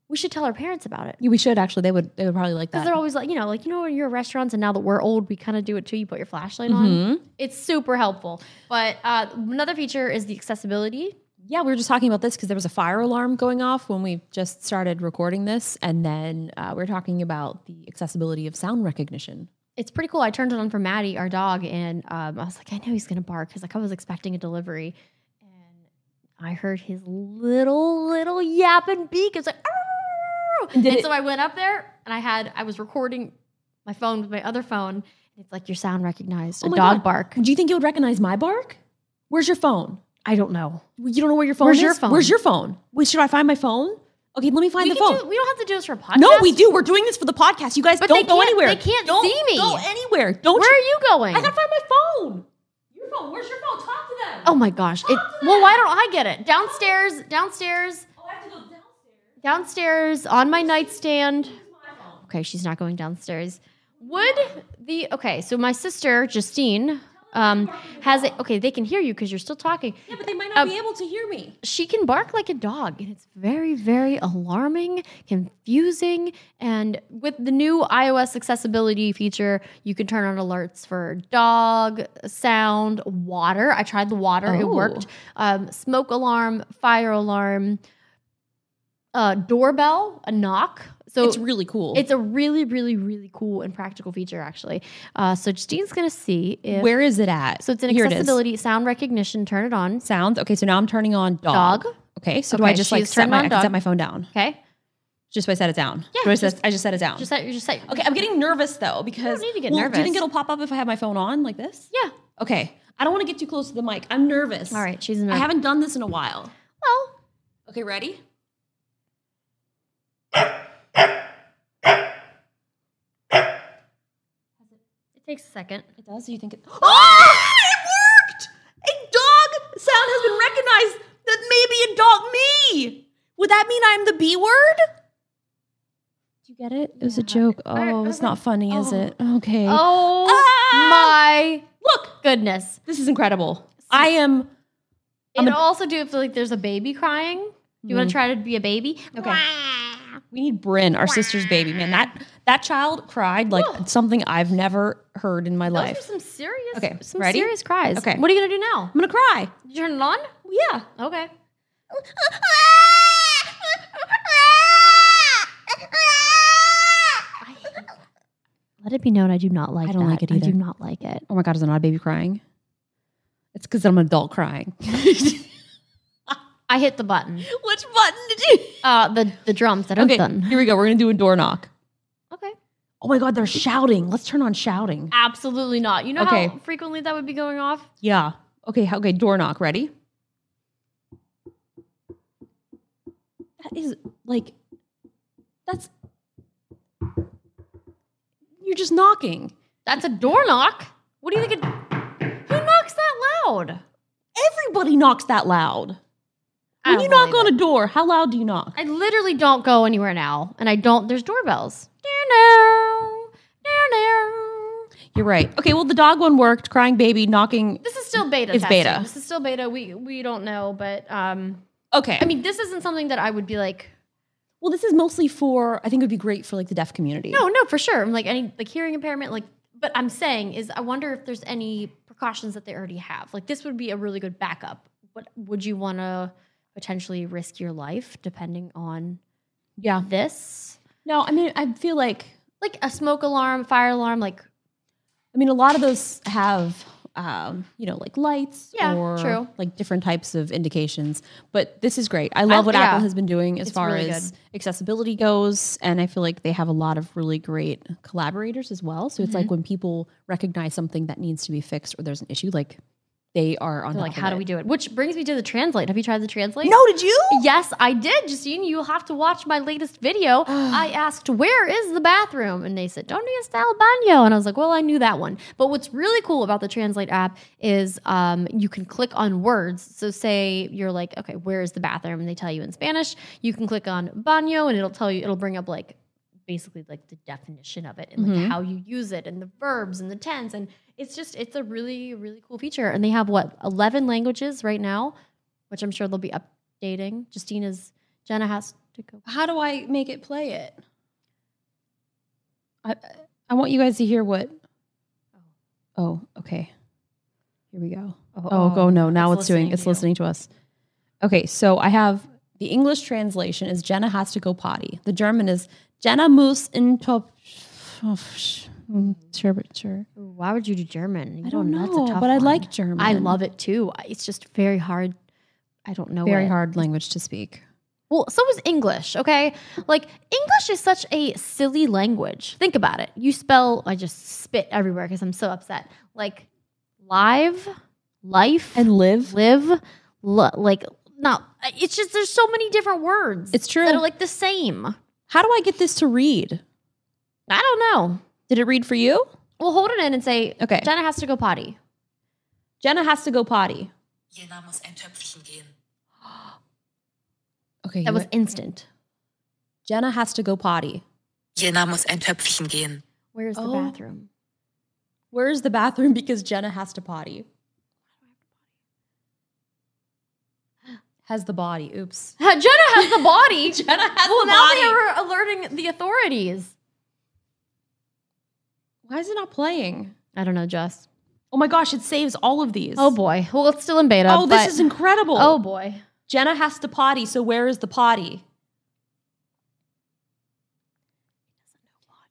[SPEAKER 3] We should tell our parents about it.
[SPEAKER 2] Yeah, We should actually. They would. They would probably like
[SPEAKER 3] Because
[SPEAKER 2] that.
[SPEAKER 3] they're always like, you know, like, you know, when you're at restaurants and now that we're old, we kind of do it too. You put your flashlight
[SPEAKER 2] Mm-hmm.
[SPEAKER 3] on. It's super helpful. But uh, another feature is the accessibility.
[SPEAKER 2] yeah, we were just talking about this because there was a fire alarm going off when we just started recording this, and then uh, we were talking about the accessibility of sound recognition.
[SPEAKER 3] It's pretty cool. I turned it on for Maddie, our dog, and um, I was like, I know he's going to bark because like I was expecting a delivery. And I heard his little, little yapping beak. It was like, "Arr!" and,
[SPEAKER 2] did it-
[SPEAKER 3] so I went up there and I had, I was recording my phone with my other phone. It's like your sound recognized,
[SPEAKER 2] Oh
[SPEAKER 3] a
[SPEAKER 2] my
[SPEAKER 3] dog
[SPEAKER 2] God.
[SPEAKER 3] bark.
[SPEAKER 2] Do you think it would recognize my bark? Where's your phone?
[SPEAKER 3] I don't know.
[SPEAKER 2] You don't know where your phone
[SPEAKER 3] Where's
[SPEAKER 2] is.
[SPEAKER 3] your phone?
[SPEAKER 2] Where's your phone? Wait, should I find my phone? Okay, let me find
[SPEAKER 3] We,
[SPEAKER 2] the
[SPEAKER 3] can
[SPEAKER 2] phone.
[SPEAKER 3] do- we don't have to do this for a podcast.
[SPEAKER 2] no, we do. We're doing this for the podcast. You guys
[SPEAKER 3] But
[SPEAKER 2] don't
[SPEAKER 3] they
[SPEAKER 2] go
[SPEAKER 3] can't-
[SPEAKER 2] anywhere.
[SPEAKER 3] they can't
[SPEAKER 2] Don't
[SPEAKER 3] see me.
[SPEAKER 2] Go anywhere. Don't
[SPEAKER 3] Where
[SPEAKER 2] you?
[SPEAKER 3] are you going?
[SPEAKER 2] I gotta find my phone. Your phone. Where's your phone? Talk to them.
[SPEAKER 3] oh my gosh. It, well, why don't I get it? Downstairs, downstairs,
[SPEAKER 2] Oh, I have to go downstairs.
[SPEAKER 3] downstairs on my nightstand. Okay, she's not going downstairs. Would the okay? So my sister Justine um, has a Okay, they can hear you because you're still talking.
[SPEAKER 2] Yeah, but they might not be
[SPEAKER 3] Oh.
[SPEAKER 2] able to hear me.
[SPEAKER 3] She can bark like a dog, and it's very, very alarming, confusing. And with the new iOS accessibility feature, you can turn on alerts for dog sound, water. I tried the water; it
[SPEAKER 2] Oh.
[SPEAKER 3] worked. Um, smoke alarm, fire alarm, uh, doorbell, a knock. So
[SPEAKER 2] It's really cool.
[SPEAKER 3] it's a really, really, really cool and practical feature, actually. Uh, so Justine's gonna see if
[SPEAKER 2] where is it at?
[SPEAKER 3] so it's an
[SPEAKER 2] Here it is.
[SPEAKER 3] accessibility sound recognition. Turn it on.
[SPEAKER 2] sounds. Okay, so now I'm turning on dog.
[SPEAKER 3] Dog.
[SPEAKER 2] Okay, so do
[SPEAKER 3] Okay,
[SPEAKER 2] I just like
[SPEAKER 3] she's
[SPEAKER 2] set
[SPEAKER 3] turned
[SPEAKER 2] my, I
[SPEAKER 3] on
[SPEAKER 2] can set
[SPEAKER 3] dog.
[SPEAKER 2] my phone down?
[SPEAKER 3] Okay.
[SPEAKER 2] Just so I set it down.
[SPEAKER 3] Yeah,
[SPEAKER 2] Do I,
[SPEAKER 3] just-
[SPEAKER 2] set- I just set it down.
[SPEAKER 3] Just set. Just set.
[SPEAKER 2] okay, I'm getting nervous though because
[SPEAKER 3] need to get
[SPEAKER 2] well, Do you
[SPEAKER 3] nervous.
[SPEAKER 2] think it'll pop up if I have my phone on like this?
[SPEAKER 3] Yeah.
[SPEAKER 2] Okay, I don't want to get too close to the mic. I'm nervous.
[SPEAKER 3] All right. She's in.
[SPEAKER 2] I haven't done this in a while.
[SPEAKER 3] Well,
[SPEAKER 2] Okay, ready?
[SPEAKER 3] it takes a second.
[SPEAKER 2] It does. Do you think it? Oh, it worked! A dog sound has been recognized. That maybe a dog me. Would that mean I'm the B word? Do you get it? It was a joke. Oh, it's not funny, is it? Okay.
[SPEAKER 3] Oh
[SPEAKER 2] Ah!
[SPEAKER 3] my
[SPEAKER 2] Look,
[SPEAKER 3] goodness!
[SPEAKER 2] this is incredible. I am. I'm
[SPEAKER 3] It'll
[SPEAKER 2] a-
[SPEAKER 3] also do if like there's a baby crying. Do you want to try to be a baby?
[SPEAKER 2] Okay. We need Bryn, our sister's baby. Man, that that child cried like something I've never heard in my
[SPEAKER 3] Those are
[SPEAKER 2] life.
[SPEAKER 3] some serious.
[SPEAKER 2] Okay,
[SPEAKER 3] Some
[SPEAKER 2] ready?
[SPEAKER 3] serious cries.
[SPEAKER 2] Okay.
[SPEAKER 3] What are you gonna do now?
[SPEAKER 2] I'm gonna cry.
[SPEAKER 3] You turn it on.
[SPEAKER 2] Yeah.
[SPEAKER 3] Okay. Let it be known I do not like
[SPEAKER 2] I don't
[SPEAKER 3] that.
[SPEAKER 2] like it
[SPEAKER 3] I
[SPEAKER 2] either.
[SPEAKER 3] do not like it.
[SPEAKER 2] Oh my god, is it not a baby crying? It's because I'm an adult crying. Which
[SPEAKER 3] I hit the button.
[SPEAKER 2] button did you?
[SPEAKER 3] Uh the the drums that
[SPEAKER 2] Okay,
[SPEAKER 3] I'm done.
[SPEAKER 2] here we go. We're gonna do a door knock.
[SPEAKER 3] Okay.
[SPEAKER 2] Oh my god, they're shouting. Let's turn on shouting.
[SPEAKER 3] Absolutely not. You know
[SPEAKER 2] Okay.
[SPEAKER 3] how frequently that would be going off?
[SPEAKER 2] Yeah. Okay. how- Okay. Door knock. Ready? That is like, that's. You're just knocking.
[SPEAKER 3] That's a door knock. What do you think? It, who knocks that loud?
[SPEAKER 2] Everybody knocks that loud.
[SPEAKER 3] I
[SPEAKER 2] When
[SPEAKER 3] don't
[SPEAKER 2] you knock
[SPEAKER 3] believe
[SPEAKER 2] on a door, how loud do you knock?
[SPEAKER 3] I literally don't go anywhere now, and I don't. There's doorbells. Down, down, down.
[SPEAKER 2] You're right. Okay. Well, the dog one worked. Crying baby knocking.
[SPEAKER 3] This is still beta.
[SPEAKER 2] It's
[SPEAKER 3] testing.
[SPEAKER 2] beta.
[SPEAKER 3] This is still beta. We we don't know, but um,
[SPEAKER 2] Okay.
[SPEAKER 3] I mean, this isn't something that I would be like.
[SPEAKER 2] well, this is mostly for. I think it would be great for like the deaf community.
[SPEAKER 3] No, no, for sure. I'm like any like hearing impairment. Like, but I'm saying is, I wonder if there's any precautions that they already have. Like, this would be a really good backup. What would you want to potentially risk your life depending on
[SPEAKER 2] Yeah.
[SPEAKER 3] this?
[SPEAKER 2] No. I mean, I feel like.
[SPEAKER 3] Like a smoke alarm, fire alarm, like
[SPEAKER 2] I mean, a lot of those have, um, you know, like lights
[SPEAKER 3] Yeah,
[SPEAKER 2] or
[SPEAKER 3] true.
[SPEAKER 2] like different types of indications. But this is great. I love what
[SPEAKER 3] yeah.
[SPEAKER 2] Apple has been doing as
[SPEAKER 3] It's
[SPEAKER 2] far
[SPEAKER 3] really
[SPEAKER 2] as accessibility goes. And I feel like they have a lot of really great collaborators as well. So it's like when people recognize something that needs to be fixed or there's an issue, like they are on
[SPEAKER 3] They're
[SPEAKER 2] top
[SPEAKER 3] like,
[SPEAKER 2] of
[SPEAKER 3] how do
[SPEAKER 2] it.
[SPEAKER 3] we do it? Which brings me to the translate. Have you tried the translate?
[SPEAKER 2] No, did you?
[SPEAKER 3] Yes, I did, Justine. You'll have to watch my latest video. I asked, where is the bathroom? And they said, ¿Dónde está el baño? And I was like, well, I knew that one. But what's really cool about the Translate app is um, you can click on words. So say you're like, okay, where is the bathroom? And they tell you in Spanish. You can click on baño and it'll tell you, it'll bring up like basically like the definition of it and like how you use it and the verbs and the tense and it's just it's a really really cool feature and they have what 11 languages right now which i'm sure they'll be updating justina's jenna has to go.
[SPEAKER 2] How do I make it play it? I I want you guys to hear what. Oh, okay. Here we go.
[SPEAKER 3] Oh,
[SPEAKER 2] Oh, go no! Now it's, doing.
[SPEAKER 3] listening
[SPEAKER 2] It's
[SPEAKER 3] to you.
[SPEAKER 2] listening to us. Okay, so I have the English translation is Jenna has to go potty. The German is Jenna muss in top. Oh, sh- mm, sure, sure.
[SPEAKER 3] Ooh, Why would you do German? You
[SPEAKER 2] I don't
[SPEAKER 3] That's
[SPEAKER 2] know,
[SPEAKER 3] a tough
[SPEAKER 2] but I
[SPEAKER 3] one.
[SPEAKER 2] like German.
[SPEAKER 3] I love it too. I- It's just very hard. I don't know.
[SPEAKER 2] Very
[SPEAKER 3] it.
[SPEAKER 2] hard language to speak.
[SPEAKER 3] Well, so is English. Okay, like English is such a silly language. Think about it. You spell. I just spit everywhere because I'm so upset. Like live, life,
[SPEAKER 2] And live.
[SPEAKER 3] live, lo- like not. It's just there's so many different words.
[SPEAKER 2] It's true.
[SPEAKER 3] that are like the same.
[SPEAKER 2] How do I get this to read?
[SPEAKER 3] I don't know.
[SPEAKER 2] Did it read for you?
[SPEAKER 3] Well, hold it in and say,
[SPEAKER 2] Okay.
[SPEAKER 3] Jenna has to go potty.
[SPEAKER 2] Jenna has to go potty.
[SPEAKER 4] Jena muss ein Töpfchen gehen.
[SPEAKER 2] Okay,
[SPEAKER 3] That was instant.
[SPEAKER 2] Jenna has to go potty.
[SPEAKER 4] Jena muss ein Töpfchen gehen.
[SPEAKER 3] Where's
[SPEAKER 2] Oh.
[SPEAKER 3] the bathroom?
[SPEAKER 2] Where is the bathroom? Because Jenna has to potty. Has the body. Oops.
[SPEAKER 3] Jenna has the body.
[SPEAKER 2] Jenna has
[SPEAKER 3] well,
[SPEAKER 2] the
[SPEAKER 3] now
[SPEAKER 2] body.
[SPEAKER 3] they are alerting the authorities.
[SPEAKER 2] Why is it not playing?
[SPEAKER 3] I don't know, Jess.
[SPEAKER 2] Oh my gosh, it saves all of these.
[SPEAKER 3] Oh boy. Well, it's still in beta.
[SPEAKER 2] Oh, this
[SPEAKER 3] but-
[SPEAKER 2] is incredible.
[SPEAKER 3] Oh boy.
[SPEAKER 2] Jenna has to potty, so where is the potty?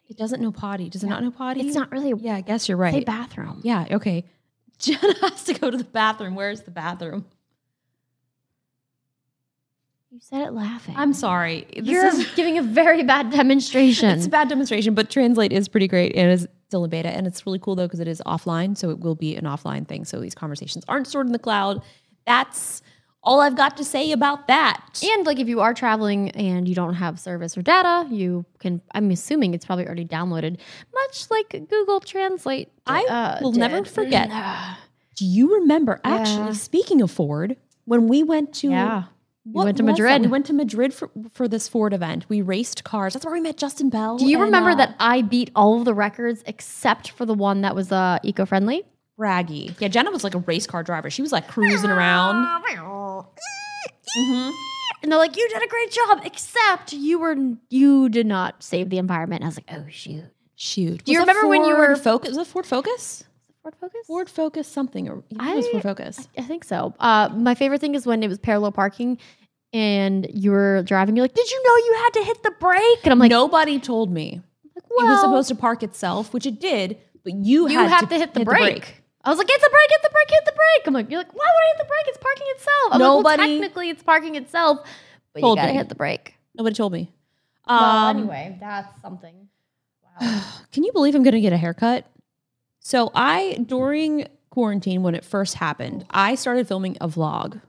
[SPEAKER 2] It doesn't know potty. Does it not know potty?
[SPEAKER 3] It's not really
[SPEAKER 2] Yeah, I guess you're
[SPEAKER 3] a
[SPEAKER 2] right.
[SPEAKER 3] bathroom.
[SPEAKER 2] Yeah, okay. Jenna has to go to the bathroom. Where's the bathroom?
[SPEAKER 3] You said it laughing.
[SPEAKER 2] I'm sorry. This
[SPEAKER 3] You're
[SPEAKER 2] is
[SPEAKER 3] giving a very bad demonstration.
[SPEAKER 2] It's a bad demonstration, but Translate is pretty great and is still in beta. And it's really cool though because it is offline, so it will be an offline thing. So these conversations aren't stored in the cloud. That's all I've got to say about that.
[SPEAKER 3] and like if you are traveling and you don't have service or data, you can I'm assuming it's probably already downloaded, much like Google Translate.
[SPEAKER 2] I
[SPEAKER 3] uh,
[SPEAKER 2] will never
[SPEAKER 3] did. uh.
[SPEAKER 2] forget. Do you remember?
[SPEAKER 3] Yeah.
[SPEAKER 2] Actually, speaking of Ford, when we went to
[SPEAKER 3] Yeah.
[SPEAKER 2] what
[SPEAKER 3] went to
[SPEAKER 2] was that?
[SPEAKER 3] Madrid.
[SPEAKER 2] we went to Madrid for for this Ford event. We raced cars. That's where we met Justin Bell.
[SPEAKER 3] Do you
[SPEAKER 2] and,
[SPEAKER 3] remember
[SPEAKER 2] uh,
[SPEAKER 3] that I beat all of the records except for the one that was uh, eco-friendly?
[SPEAKER 2] braggy? Yeah, Jenna was like a race car driver. She was like
[SPEAKER 3] Ah.
[SPEAKER 2] cruising around.
[SPEAKER 3] And they're like, "You did a great job, except you were you did not save the environment." And I was like, "Oh shoot!"
[SPEAKER 2] Shoot.
[SPEAKER 3] Do you
[SPEAKER 2] Was it
[SPEAKER 3] remember when you
[SPEAKER 2] Ford
[SPEAKER 3] were-
[SPEAKER 2] Focus? Was it Ford Focus?
[SPEAKER 3] Ford Focus.
[SPEAKER 2] Ford Focus something or I, think it was Ford Focus.
[SPEAKER 3] I think so. Uh, my favorite thing is when it was parallel parking, and you were driving. You're like, "Did you know you had to hit the brake?" And I'm like,
[SPEAKER 2] Nobody told me.
[SPEAKER 3] like,
[SPEAKER 2] it was
[SPEAKER 3] "Well,
[SPEAKER 2] supposed to park itself, which it did, but you,
[SPEAKER 3] You
[SPEAKER 2] had,
[SPEAKER 3] have to hit the brake. I was like, "Hit the brake! Hit the brake! Hit the brake!" I'm like, "You're like, why would I hit the brake? It's parking itself." I'm like, well,
[SPEAKER 2] Nobody
[SPEAKER 3] technically, it's parking itself, but you
[SPEAKER 2] told
[SPEAKER 3] gotta
[SPEAKER 2] me.
[SPEAKER 3] hit the brake.
[SPEAKER 2] Nobody told me.
[SPEAKER 3] well,
[SPEAKER 2] Um,
[SPEAKER 3] anyway, that's something. Wow.
[SPEAKER 2] Can you believe I'm going to get a haircut? So I during quarantine when it first
[SPEAKER 3] Oh.
[SPEAKER 2] happened, I started filming a vlog.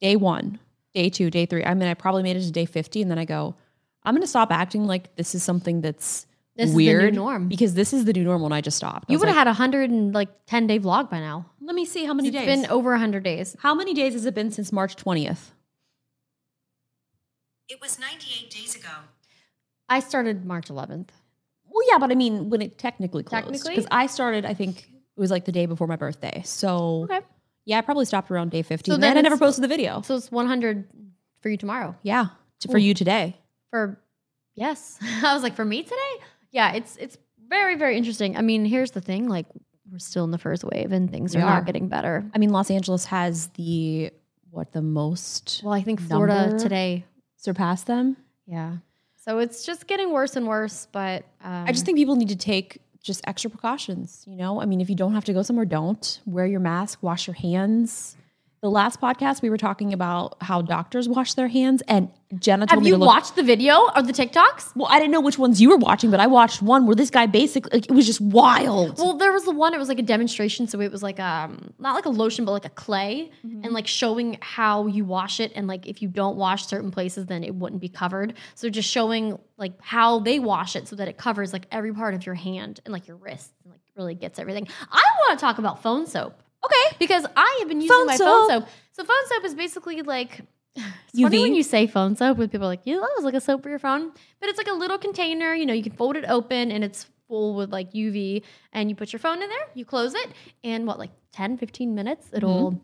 [SPEAKER 2] Day 1, day 2, day 3. I mean, I probably made it to day 50 and then I go, I'm going to stop acting like this is something that's
[SPEAKER 3] This is the new
[SPEAKER 2] weird
[SPEAKER 3] norm.
[SPEAKER 2] because this is the new normal and I just stopped. I
[SPEAKER 3] You
[SPEAKER 2] was
[SPEAKER 3] would have
[SPEAKER 2] like,
[SPEAKER 3] had a hundred and like ten day vlog by now.
[SPEAKER 2] Let me see how many
[SPEAKER 3] It's
[SPEAKER 2] days.
[SPEAKER 3] been over a hundred days.
[SPEAKER 2] How many days has it been since March 20th?
[SPEAKER 4] It was 98 days ago.
[SPEAKER 3] I started March 11th.
[SPEAKER 2] Well, yeah, but I mean, when it technically closed.
[SPEAKER 3] Technically?
[SPEAKER 2] Because I started, I think it was like the day before my birthday. So,
[SPEAKER 3] Okay,
[SPEAKER 2] yeah, I probably stopped around day 50.
[SPEAKER 3] So
[SPEAKER 2] and then,
[SPEAKER 3] then
[SPEAKER 2] I never
[SPEAKER 3] it's-
[SPEAKER 2] posted the video.
[SPEAKER 3] so it's 100 for you tomorrow.
[SPEAKER 2] Yeah, t- for you today.
[SPEAKER 3] For yes, I was like for me today. Yeah, it's it's very very interesting. I mean, here's the thing: like we're still in the first wave, and things
[SPEAKER 2] We
[SPEAKER 3] are,
[SPEAKER 2] are.
[SPEAKER 3] not getting better.
[SPEAKER 2] I mean, Los Angeles has the, what, the most
[SPEAKER 3] Well, I think Florida
[SPEAKER 2] Number?
[SPEAKER 3] today.
[SPEAKER 2] surpassed them.
[SPEAKER 3] Yeah. So it's just getting worse and worse. But um,
[SPEAKER 2] I just think people need to take just extra precautions, you know? I mean, if you don't have to go somewhere, don't. Wear your mask, wash your hands. The last podcast, we were talking about how doctors wash their hands, and Jenna told
[SPEAKER 3] have
[SPEAKER 2] me
[SPEAKER 3] you
[SPEAKER 2] to look
[SPEAKER 3] watched the video or the TikToks?
[SPEAKER 2] Well, I didn't know which ones you were watching, but I watched one where this guy basically like, it was just wild.
[SPEAKER 3] Well, there was the one. It was like a demonstration, so it was like um not like a lotion, but like a clay, and like showing how you wash it, and like if you don't wash certain places, then it wouldn't be covered. So just showing like how they wash it, so that it covers like every part of your hand and like your wrist, and like really gets everything. I want to talk about phone soap. Okay, because I have been using
[SPEAKER 2] Phone
[SPEAKER 3] my
[SPEAKER 2] soap.
[SPEAKER 3] phone soap. So phone soap is basically like. It's
[SPEAKER 2] UV?
[SPEAKER 3] funny when you say phone soap with people are like, you it's like a soap for your phone. But it's like a little container, you know, you can fold it open and it's full with like UV and you put your phone in there, you close it, and what, like 10, 15 minutes, it'll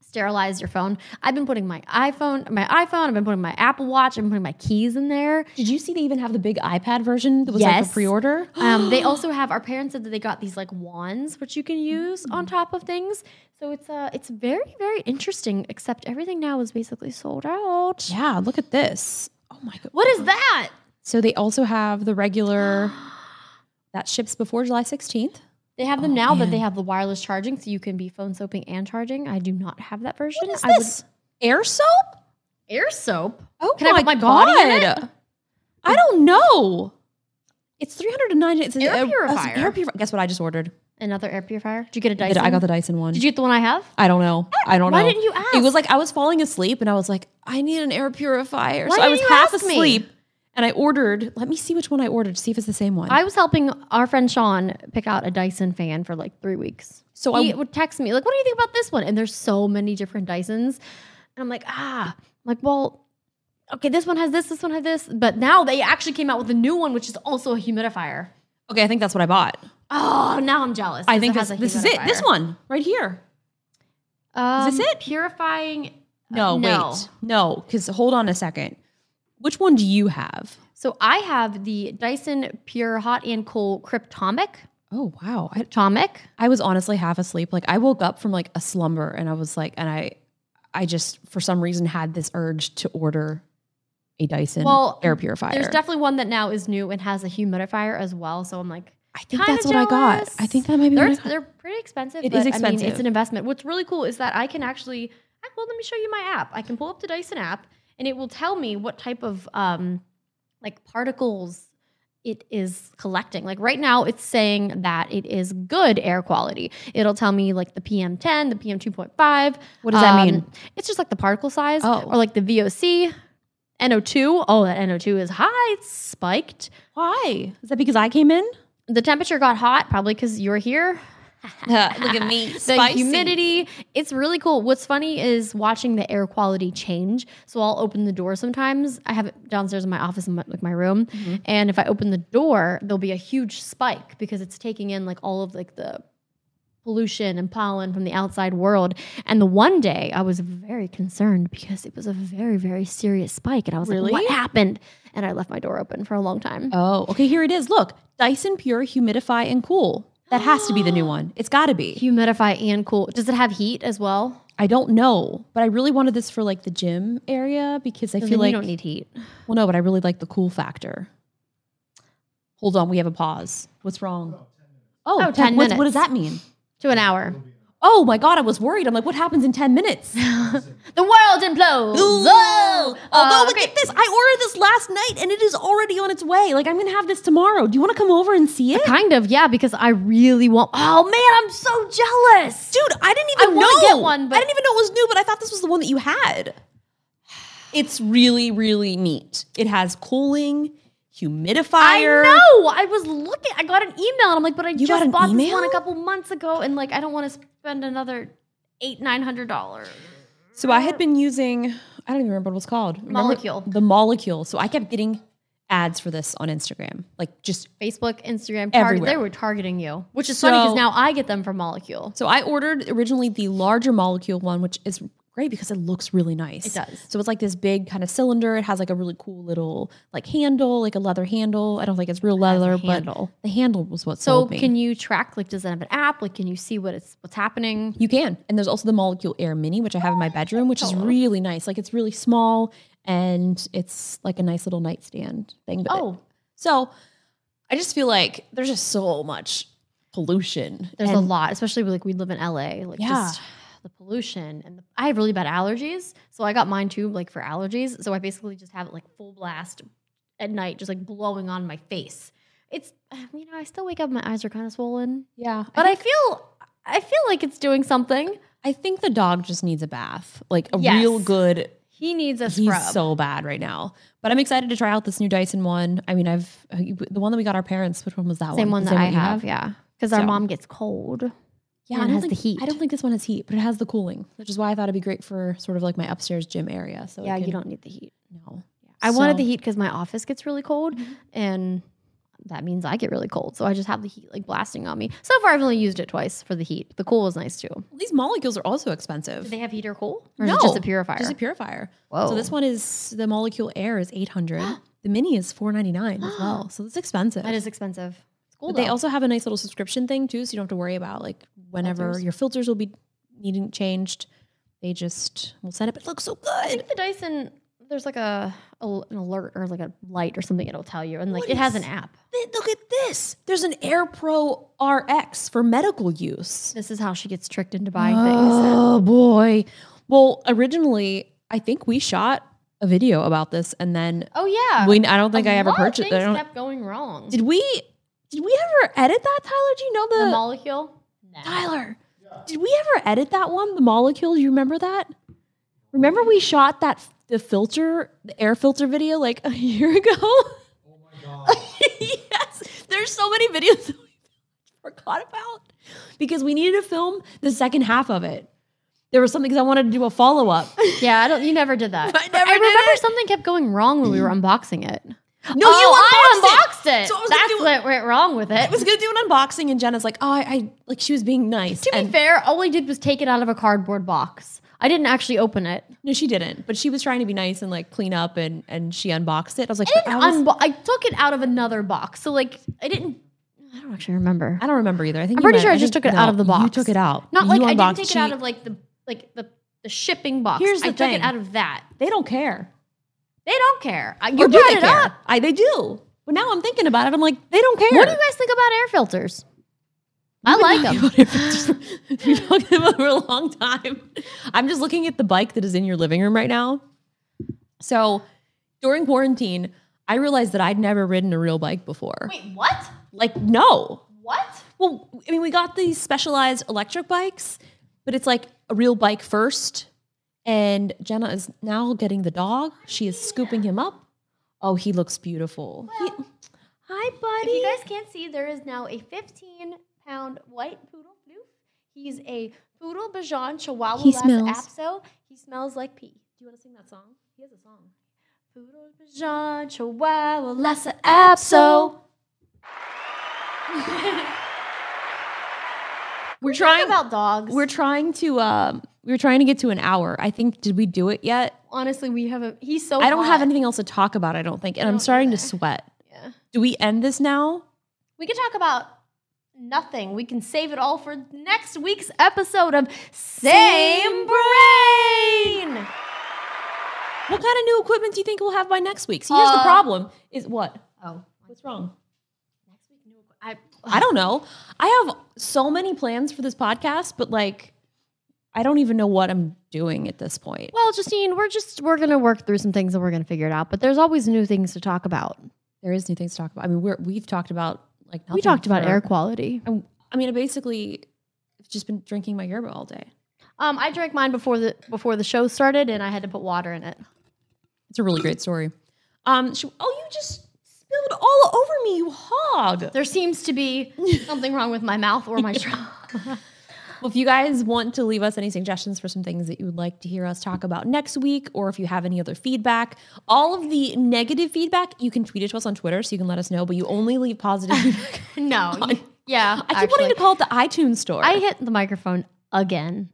[SPEAKER 3] sterilize your phone. I've been putting my iPhone, my iPhone, I've been putting my Apple Watch, I've been putting my keys in there.
[SPEAKER 2] Did you see they even have the big iPad version that was like
[SPEAKER 3] Yes.
[SPEAKER 2] a pre-order?
[SPEAKER 3] Um, they also have our parents said that they got these like wands which you can use on top of things. So it's uh it's very very interesting. Except everything now is basically sold out.
[SPEAKER 2] Yeah, look at this. Oh my god.
[SPEAKER 3] What is that?
[SPEAKER 2] So they also have the regular that ships before July 16th.
[SPEAKER 3] They have them
[SPEAKER 2] Oh,
[SPEAKER 3] now, but they have the wireless charging, so you can be phone soaping and charging. I do not have that version.
[SPEAKER 2] What is
[SPEAKER 3] I
[SPEAKER 2] this? Air soap?
[SPEAKER 3] Would, air soap.
[SPEAKER 2] Oh
[SPEAKER 3] Can I put my body in it?
[SPEAKER 2] I don't know. It's 309 it's an
[SPEAKER 3] Air
[SPEAKER 2] uh, it's an
[SPEAKER 3] purifier.
[SPEAKER 2] air purifier. Guess what I just ordered?
[SPEAKER 3] Another air purifier. Did you get a
[SPEAKER 2] I did-
[SPEAKER 3] Dyson?
[SPEAKER 2] I got the Dyson one.
[SPEAKER 3] Did you get the one I have?
[SPEAKER 2] I don't know. I don't
[SPEAKER 3] Why
[SPEAKER 2] know.
[SPEAKER 3] didn't you ask?
[SPEAKER 2] It was like I was falling asleep and I was like, I need an air purifier.
[SPEAKER 3] Why
[SPEAKER 2] so I
[SPEAKER 3] didn't
[SPEAKER 2] was
[SPEAKER 3] you
[SPEAKER 2] half
[SPEAKER 3] ask me?
[SPEAKER 2] asleep and I ordered, let me see which one I ordered to see if it's the same one.
[SPEAKER 3] I was helping our friend Sean pick out a Dyson fan for like three weeks.
[SPEAKER 2] so
[SPEAKER 3] he
[SPEAKER 2] I
[SPEAKER 3] would text me like, "What do you think about this one?" And there's so many different Dysons, and I'm like, ah, I'm like well, okay, this one has this, this one has this, but now they actually came out with a new one, which is also a humidifier.
[SPEAKER 2] Okay, I think that's what I bought.
[SPEAKER 3] Oh, now I'm jealous.
[SPEAKER 2] I
[SPEAKER 3] 'cause
[SPEAKER 2] think
[SPEAKER 3] it has
[SPEAKER 2] this,
[SPEAKER 3] a
[SPEAKER 2] this is it. This
[SPEAKER 3] humidifier.
[SPEAKER 2] one right here.
[SPEAKER 3] Um,
[SPEAKER 2] Is this it?
[SPEAKER 3] Purifying. uh,
[SPEAKER 2] Uh, No,
[SPEAKER 3] no.
[SPEAKER 2] wait. No, because hold on a second. Which one do you have?
[SPEAKER 3] So I have the Dyson Pure Hot and Cool Cryptomic.
[SPEAKER 2] Oh, wow. I,
[SPEAKER 3] Tomic.
[SPEAKER 2] I was honestly half asleep. Like I woke up from like a slumber and I was like, and I, I just for some reason had this urge to order a Dyson
[SPEAKER 3] Well,
[SPEAKER 2] air purifier.
[SPEAKER 3] There's definitely one that now is new and has a humidifier as well. So I'm like,
[SPEAKER 2] I think
[SPEAKER 3] kinda
[SPEAKER 2] that's what I got.
[SPEAKER 3] jealous.
[SPEAKER 2] I think that might be
[SPEAKER 3] They're,
[SPEAKER 2] what I got.
[SPEAKER 3] they're pretty expensive.
[SPEAKER 2] It
[SPEAKER 3] but
[SPEAKER 2] is
[SPEAKER 3] I mean,
[SPEAKER 2] expensive.
[SPEAKER 3] it's an investment. What's really cool is that I can actually, ah, well, let me show you my app. I can pull up the Dyson app and it will tell me what type of um, like particles it is collecting. Like right now, it's saying that it is good air quality. It'll tell me like the PM10, the PM2.5.
[SPEAKER 2] What does that mean?
[SPEAKER 3] um, It's just like the particle size
[SPEAKER 2] Oh.
[SPEAKER 3] or like the VOC. NO2, oh, that NO2 is high. It's spiked.
[SPEAKER 2] Why is that? Because I came in.
[SPEAKER 3] The temperature got hot, probably because you're here.
[SPEAKER 2] Look at me.
[SPEAKER 3] the humidity. It's really cool. What's funny is watching the air quality change. So I'll open the door sometimes. I have it downstairs in my office, in my, like my room,
[SPEAKER 2] Mm-hmm.
[SPEAKER 3] and if I open the door, there'll be a huge spike because it's taking in like all of like the pollution and pollen from the outside world. And the one day I was very concerned because it was a very very serious spike, and I was
[SPEAKER 2] Really?
[SPEAKER 3] like, "What happened?" And I left my door open for a long time.
[SPEAKER 2] Oh, okay. Here it is. Look, Dyson Pure Humidify and Cool. That has to be the new one. It's got to be.
[SPEAKER 3] Humidify and cool. Does it have heat as well?
[SPEAKER 2] I don't know, but I really wanted this for like the gym area because I
[SPEAKER 3] Then
[SPEAKER 2] feel like
[SPEAKER 3] you don't need heat.
[SPEAKER 2] Well, no, but I really like the cool factor. Hold on, we have a pause. What's wrong? Oh,
[SPEAKER 3] Oh, 10
[SPEAKER 2] what's- What
[SPEAKER 3] minutes.
[SPEAKER 2] does that mean?
[SPEAKER 3] To an hour.
[SPEAKER 2] Oh my God, I was worried. I'm like, what happens in 10 minutes?
[SPEAKER 3] The world implodes.
[SPEAKER 2] Although,
[SPEAKER 3] Uh,
[SPEAKER 2] look at this. I ordered this last night and it is already on its way. Like, I'm going to have this tomorrow. Do you want to come over and see it?
[SPEAKER 3] Kind of, yeah, because I really want. Oh man, I'm so jealous.
[SPEAKER 2] Dude, I didn't
[SPEAKER 3] I
[SPEAKER 2] even know.
[SPEAKER 3] wanna get one, but-
[SPEAKER 2] I didn't even know it was new, but I thought this was the one that you had. It's really, really neat. It has cooling,
[SPEAKER 3] I
[SPEAKER 2] humidifier.
[SPEAKER 3] know. I was looking. I got an email, and I'm like, but I
[SPEAKER 2] got an
[SPEAKER 3] just bought this
[SPEAKER 2] email?
[SPEAKER 3] one a couple months ago, and like, I don't want to spend another eight, nine hundred dollars.
[SPEAKER 2] So I had been using, I don't even remember what it was called. Remember-
[SPEAKER 3] Molecule.
[SPEAKER 2] The molecule. So I kept getting ads for this on Instagram. Like just,
[SPEAKER 3] Facebook, Instagram, target.
[SPEAKER 2] Everywhere.
[SPEAKER 3] They were targeting you, which is funny
[SPEAKER 2] So-
[SPEAKER 3] because now I get them from Molecule.
[SPEAKER 2] so I ordered originally the larger molecule one, which is great because it looks really nice.
[SPEAKER 3] It does.
[SPEAKER 2] So it's like this big kind of cylinder. It has like a really cool little like handle, like a leather handle. I don't think it's real leather, but
[SPEAKER 3] handle.
[SPEAKER 2] the handle was what
[SPEAKER 3] So
[SPEAKER 2] sold me.
[SPEAKER 3] can you track? Like, does it have an app? Like, can you see what it's what's happening?
[SPEAKER 2] You can. And there's also the Molecule Air Mini, which I have in my bedroom, which is really nice. Like it's really small and it's like a nice little nightstand thing. with it.
[SPEAKER 3] Oh.
[SPEAKER 2] So I just feel like there's just so much pollution.
[SPEAKER 3] There's a
[SPEAKER 2] And
[SPEAKER 3] lot, especially with, like we live in LA. Like
[SPEAKER 2] Yeah.
[SPEAKER 3] just the pollution and the, I have really bad allergies, so I got mine too, like for allergies. So I basically just have it like full blast at night, just like blowing on my face. It's you know I still wake up, my eyes are kind of swollen,
[SPEAKER 2] Yeah.
[SPEAKER 3] but
[SPEAKER 2] But
[SPEAKER 3] I, feel I feel like it's doing something.
[SPEAKER 2] I, I think the dog just needs a bath, like a
[SPEAKER 3] Yes.
[SPEAKER 2] real good.
[SPEAKER 3] He needs a
[SPEAKER 2] He's
[SPEAKER 3] scrub.
[SPEAKER 2] so bad right now. But I'm excited to try out this new Dyson one. I mean, I've the one that we got our parents, which one was that
[SPEAKER 3] same one
[SPEAKER 2] one? The
[SPEAKER 3] that I
[SPEAKER 2] you
[SPEAKER 3] have, yeah, because
[SPEAKER 2] So.
[SPEAKER 3] our mom gets cold. And
[SPEAKER 2] Yeah, I
[SPEAKER 3] it
[SPEAKER 2] don't
[SPEAKER 3] has
[SPEAKER 2] think,
[SPEAKER 3] the heat.
[SPEAKER 2] I don't think this one has heat, but it has the cooling, which is why I thought it'd be great for sort of like my upstairs gym area. So it
[SPEAKER 3] yeah, you
[SPEAKER 2] can-
[SPEAKER 3] don't need the heat.
[SPEAKER 2] No.
[SPEAKER 3] I wanted
[SPEAKER 2] So-
[SPEAKER 3] Mm-hmm. the heat because my office gets really cold, and that means I get really cold. So I just have the heat like blasting on me. So far, I've only used it twice for the heat. The cool was nice too.
[SPEAKER 2] These molecules are also expensive.
[SPEAKER 3] Do they have heat or cool? Or is it just a purifier?
[SPEAKER 2] Just a purifier.
[SPEAKER 3] Whoa.
[SPEAKER 2] So this one is the molecule air is eight hundred. the mini is four ninety nine as well. So it's expensive.
[SPEAKER 3] that is expensive. It's cool
[SPEAKER 2] But they
[SPEAKER 3] though.
[SPEAKER 2] also have a nice little subscription thing too, so you don't have to worry about like whenever
[SPEAKER 3] Filters.
[SPEAKER 2] your filters will be needing changed. They just will send it. But it looks so
[SPEAKER 3] I
[SPEAKER 2] good.
[SPEAKER 3] think the Dyson, there's like a, a- an alert or like a light or something it'll tell you, and like
[SPEAKER 2] What
[SPEAKER 3] it has
[SPEAKER 2] is-
[SPEAKER 3] an app.
[SPEAKER 2] Th- Look at this. There's an Air Pro RX for medical use.
[SPEAKER 3] This is how she gets tricked into buying things.
[SPEAKER 2] Oh boy. Well, originally I think we shot a video about this, and then
[SPEAKER 3] Oh yeah,
[SPEAKER 2] we, I don't think
[SPEAKER 3] I
[SPEAKER 2] I ever purchased.
[SPEAKER 3] Things
[SPEAKER 2] I don't,
[SPEAKER 3] kept going wrong.
[SPEAKER 2] Did we did we ever edit that, Tyler? Do you know the,
[SPEAKER 3] the molecule? Nah.
[SPEAKER 2] Tyler? Did we ever edit that one? The molecule, you remember that? Remember we shot that f- the filter, the air filter video like a year ago? Oh my god. yes. There's so many videos that we forgot about because we needed to film the second half of it. There was something because I wanted to do a follow up.
[SPEAKER 3] Yeah, I don't. You never did that.
[SPEAKER 2] I never did
[SPEAKER 3] remember
[SPEAKER 2] it.
[SPEAKER 3] something kept going wrong when we were unboxing it.
[SPEAKER 2] No,
[SPEAKER 3] oh, I unboxed it.
[SPEAKER 2] So I was gonna
[SPEAKER 3] That's
[SPEAKER 2] do-
[SPEAKER 3] what went wrong with
[SPEAKER 2] I
[SPEAKER 3] it.
[SPEAKER 2] was gonna do an unboxing, and Jenna's like, "Oh, I, I like she was being nice."
[SPEAKER 3] to be
[SPEAKER 2] and
[SPEAKER 3] fair, all I did was take it out of a cardboard box. I didn't actually open it.
[SPEAKER 2] No, she didn't. But she was trying to be nice and like clean up, and and she unboxed it. I was like,
[SPEAKER 3] I didn't
[SPEAKER 2] I, was-
[SPEAKER 3] unbo- I took it out of another box. So like I didn't I don't actually remember.
[SPEAKER 2] I don't remember either. I think
[SPEAKER 3] I'm
[SPEAKER 2] you
[SPEAKER 3] pretty
[SPEAKER 2] might-
[SPEAKER 3] sure I
[SPEAKER 2] think-
[SPEAKER 3] just took it
[SPEAKER 2] no,
[SPEAKER 3] out of the box.
[SPEAKER 2] You took it out.
[SPEAKER 3] Not
[SPEAKER 2] You
[SPEAKER 3] like I didn't
[SPEAKER 2] unboxed-
[SPEAKER 3] take it
[SPEAKER 2] she-
[SPEAKER 3] out of like the like the, the shipping box.
[SPEAKER 2] Here's the
[SPEAKER 3] I took
[SPEAKER 2] thing.
[SPEAKER 3] it out of that.
[SPEAKER 2] They don't care.
[SPEAKER 3] They don't care. I- You
[SPEAKER 2] Or do
[SPEAKER 3] brought
[SPEAKER 2] they
[SPEAKER 3] it
[SPEAKER 2] care?
[SPEAKER 3] up.
[SPEAKER 2] I they do. But now I'm thinking about it. I'm like, they don't care.
[SPEAKER 3] What do you guys think about air filters? I like them.
[SPEAKER 2] We've been talking about it for a long time. I'm just looking at the bike that is in your living room right now. So during quarantine, I realized that I'd never ridden a real bike before.
[SPEAKER 3] Wait, what?
[SPEAKER 2] Like, no.
[SPEAKER 3] What?
[SPEAKER 2] Well, I mean, we got these specialized electric bikes, but it's like a real bike first. And Jenna is now getting the dog. She is scooping him up. Oh, he looks beautiful. He- Hi, buddy.
[SPEAKER 3] If you guys can't see, there is now a 15 pound white poodle blue. He's a poodle Bajan Chihuahua
[SPEAKER 2] He
[SPEAKER 3] Lab
[SPEAKER 2] smells.
[SPEAKER 3] Apso. He smells like pee.
[SPEAKER 2] Do you want to sing that song? He has a song.
[SPEAKER 3] Poodle Bajan Chihuahua Lhasa Apso.
[SPEAKER 2] We're trying.
[SPEAKER 3] about dogs.
[SPEAKER 2] we're trying to. Um, we were trying to get to an hour. I think. Did we do it yet?
[SPEAKER 3] honestly we haven't. He's so.
[SPEAKER 2] I don't have
[SPEAKER 3] hot.
[SPEAKER 2] anything else to talk about. I don't think, and
[SPEAKER 3] I
[SPEAKER 2] I'm
[SPEAKER 3] don't
[SPEAKER 2] starting to
[SPEAKER 3] either.
[SPEAKER 2] sweat.
[SPEAKER 3] Yeah.
[SPEAKER 2] Do we end this now?
[SPEAKER 3] We can talk about nothing. We can save it all for next week's episode of Same Brain.
[SPEAKER 2] What kind of new equipment do you think we'll have by next week? See, here's the
[SPEAKER 3] Uh,
[SPEAKER 2] problem: is what?
[SPEAKER 3] Oh,
[SPEAKER 2] What's wrong?
[SPEAKER 3] next week new. I
[SPEAKER 2] I don't know. I have so many plans for this podcast, but like, I don't even know what I'm doing at this point.
[SPEAKER 3] Well, Justine, we're just we're gonna work through some things and we're gonna figure it out. But there's always new things to talk about.
[SPEAKER 2] There is new things to talk about. I mean, we're, we've talked about like
[SPEAKER 3] we talked about air
[SPEAKER 2] air.
[SPEAKER 3] quality.
[SPEAKER 2] I mean, I basically have just been drinking my yerba all day.
[SPEAKER 3] Um, I drank mine before the before the show started, and I had to put water in it.
[SPEAKER 2] It's a really great story. Um, sh- oh, you just spilled all over me, you hog.
[SPEAKER 3] There seems to be something wrong with my mouth or my straw.
[SPEAKER 2] Well, if you guys want to leave us any suggestions for some things that you would like to hear us talk about next week, or if you have any other feedback, all of the negative feedback, you can tweet it to us on Twitter so you can let us know, but you only leave positive feedback.
[SPEAKER 3] no, yeah.
[SPEAKER 2] I keep wanting to call it the iTunes store.
[SPEAKER 3] I hit the microphone again.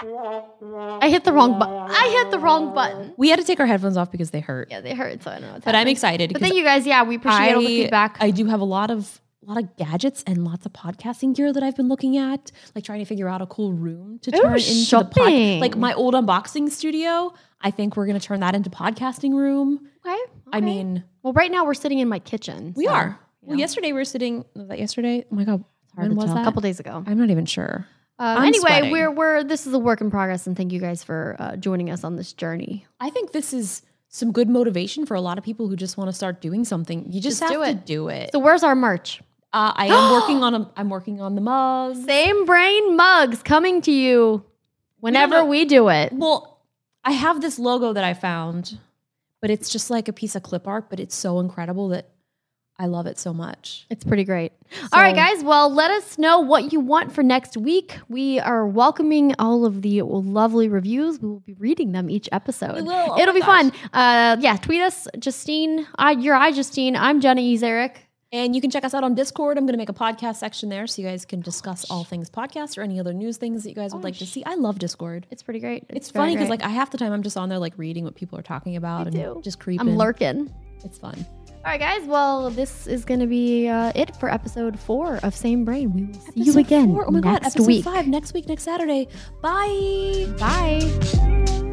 [SPEAKER 3] I hit the wrong button. I hit the wrong button.
[SPEAKER 2] we had to take our headphones off because they hurt.
[SPEAKER 3] Yeah, they hurt, so I don't know. What's
[SPEAKER 2] But
[SPEAKER 3] happening.
[SPEAKER 2] I'm excited.
[SPEAKER 3] But
[SPEAKER 2] because
[SPEAKER 3] thank you guys. Yeah, we appreciate all the feedback.
[SPEAKER 2] I do have a lot of a lot of gadgets and lots of podcasting gear that I've been looking at, like trying to figure out a cool room to
[SPEAKER 3] Ooh,
[SPEAKER 2] turn into the podcast.
[SPEAKER 3] shopping.
[SPEAKER 2] Like my old unboxing studio, I think we're gonna turn that into podcasting room.
[SPEAKER 3] okay,
[SPEAKER 2] I
[SPEAKER 3] okay.
[SPEAKER 2] mean,
[SPEAKER 3] well, right now we're sitting in my kitchen.
[SPEAKER 2] We
[SPEAKER 3] so,
[SPEAKER 2] are.
[SPEAKER 3] you
[SPEAKER 2] Well,
[SPEAKER 3] know.
[SPEAKER 2] yesterday we were sitting. Was that yesterday? Oh my god,
[SPEAKER 3] Hard
[SPEAKER 2] when
[SPEAKER 3] to
[SPEAKER 2] was
[SPEAKER 3] tell.
[SPEAKER 2] that?
[SPEAKER 3] A couple days ago.
[SPEAKER 2] I'm not even sure.
[SPEAKER 3] Um,
[SPEAKER 2] I'm
[SPEAKER 3] anyway,
[SPEAKER 2] sweating.
[SPEAKER 3] we're we're this is a work in progress, and thank you guys for uh, joining us on this journey.
[SPEAKER 2] I think this is some good motivation for a lot of people who just want to start doing something. You just,
[SPEAKER 3] Just
[SPEAKER 2] have
[SPEAKER 3] do
[SPEAKER 2] to
[SPEAKER 3] it.
[SPEAKER 2] do it.
[SPEAKER 3] So where's our merch?
[SPEAKER 2] uh, I am working on a. I'm working on the mugs.
[SPEAKER 3] Same brain mugs coming to you whenever
[SPEAKER 2] know-
[SPEAKER 3] we do it.
[SPEAKER 2] Well, I have this logo that I found, but it's just like a piece of clip art. But it's so incredible that I love it so much.
[SPEAKER 3] It's pretty great. all right,
[SPEAKER 2] So-
[SPEAKER 3] guys. Well, let us know what you want for next week. We are welcoming all of the lovely reviews. We will be reading them each episode.
[SPEAKER 2] We will. Oh
[SPEAKER 3] It'll
[SPEAKER 2] my
[SPEAKER 3] be fun. Uh, yeah, tweet us, Justine. I, you're I, Justine. I'm Jenna Ezerick.
[SPEAKER 2] And you can check us out on Discord. I'm going to make a podcast section there so you guys can discuss all things podcast or any other news things that you
[SPEAKER 3] Oh,
[SPEAKER 2] guys would like to see. I love Discord.
[SPEAKER 3] It's pretty great.
[SPEAKER 2] It's, funny because
[SPEAKER 3] because
[SPEAKER 2] like I half the time I'm just on there like reading what people are talking about and
[SPEAKER 3] do.
[SPEAKER 2] just creeping.
[SPEAKER 3] I'm lurking.
[SPEAKER 2] It's fun.
[SPEAKER 3] All right, guys. Well, this is going to be uh, it for episode four of Same Brain. We will see you
[SPEAKER 2] Episode
[SPEAKER 3] again
[SPEAKER 2] four. Oh my
[SPEAKER 3] next
[SPEAKER 2] god, episode
[SPEAKER 3] week.
[SPEAKER 2] five next week, next Saturday. Bye.
[SPEAKER 3] Bye.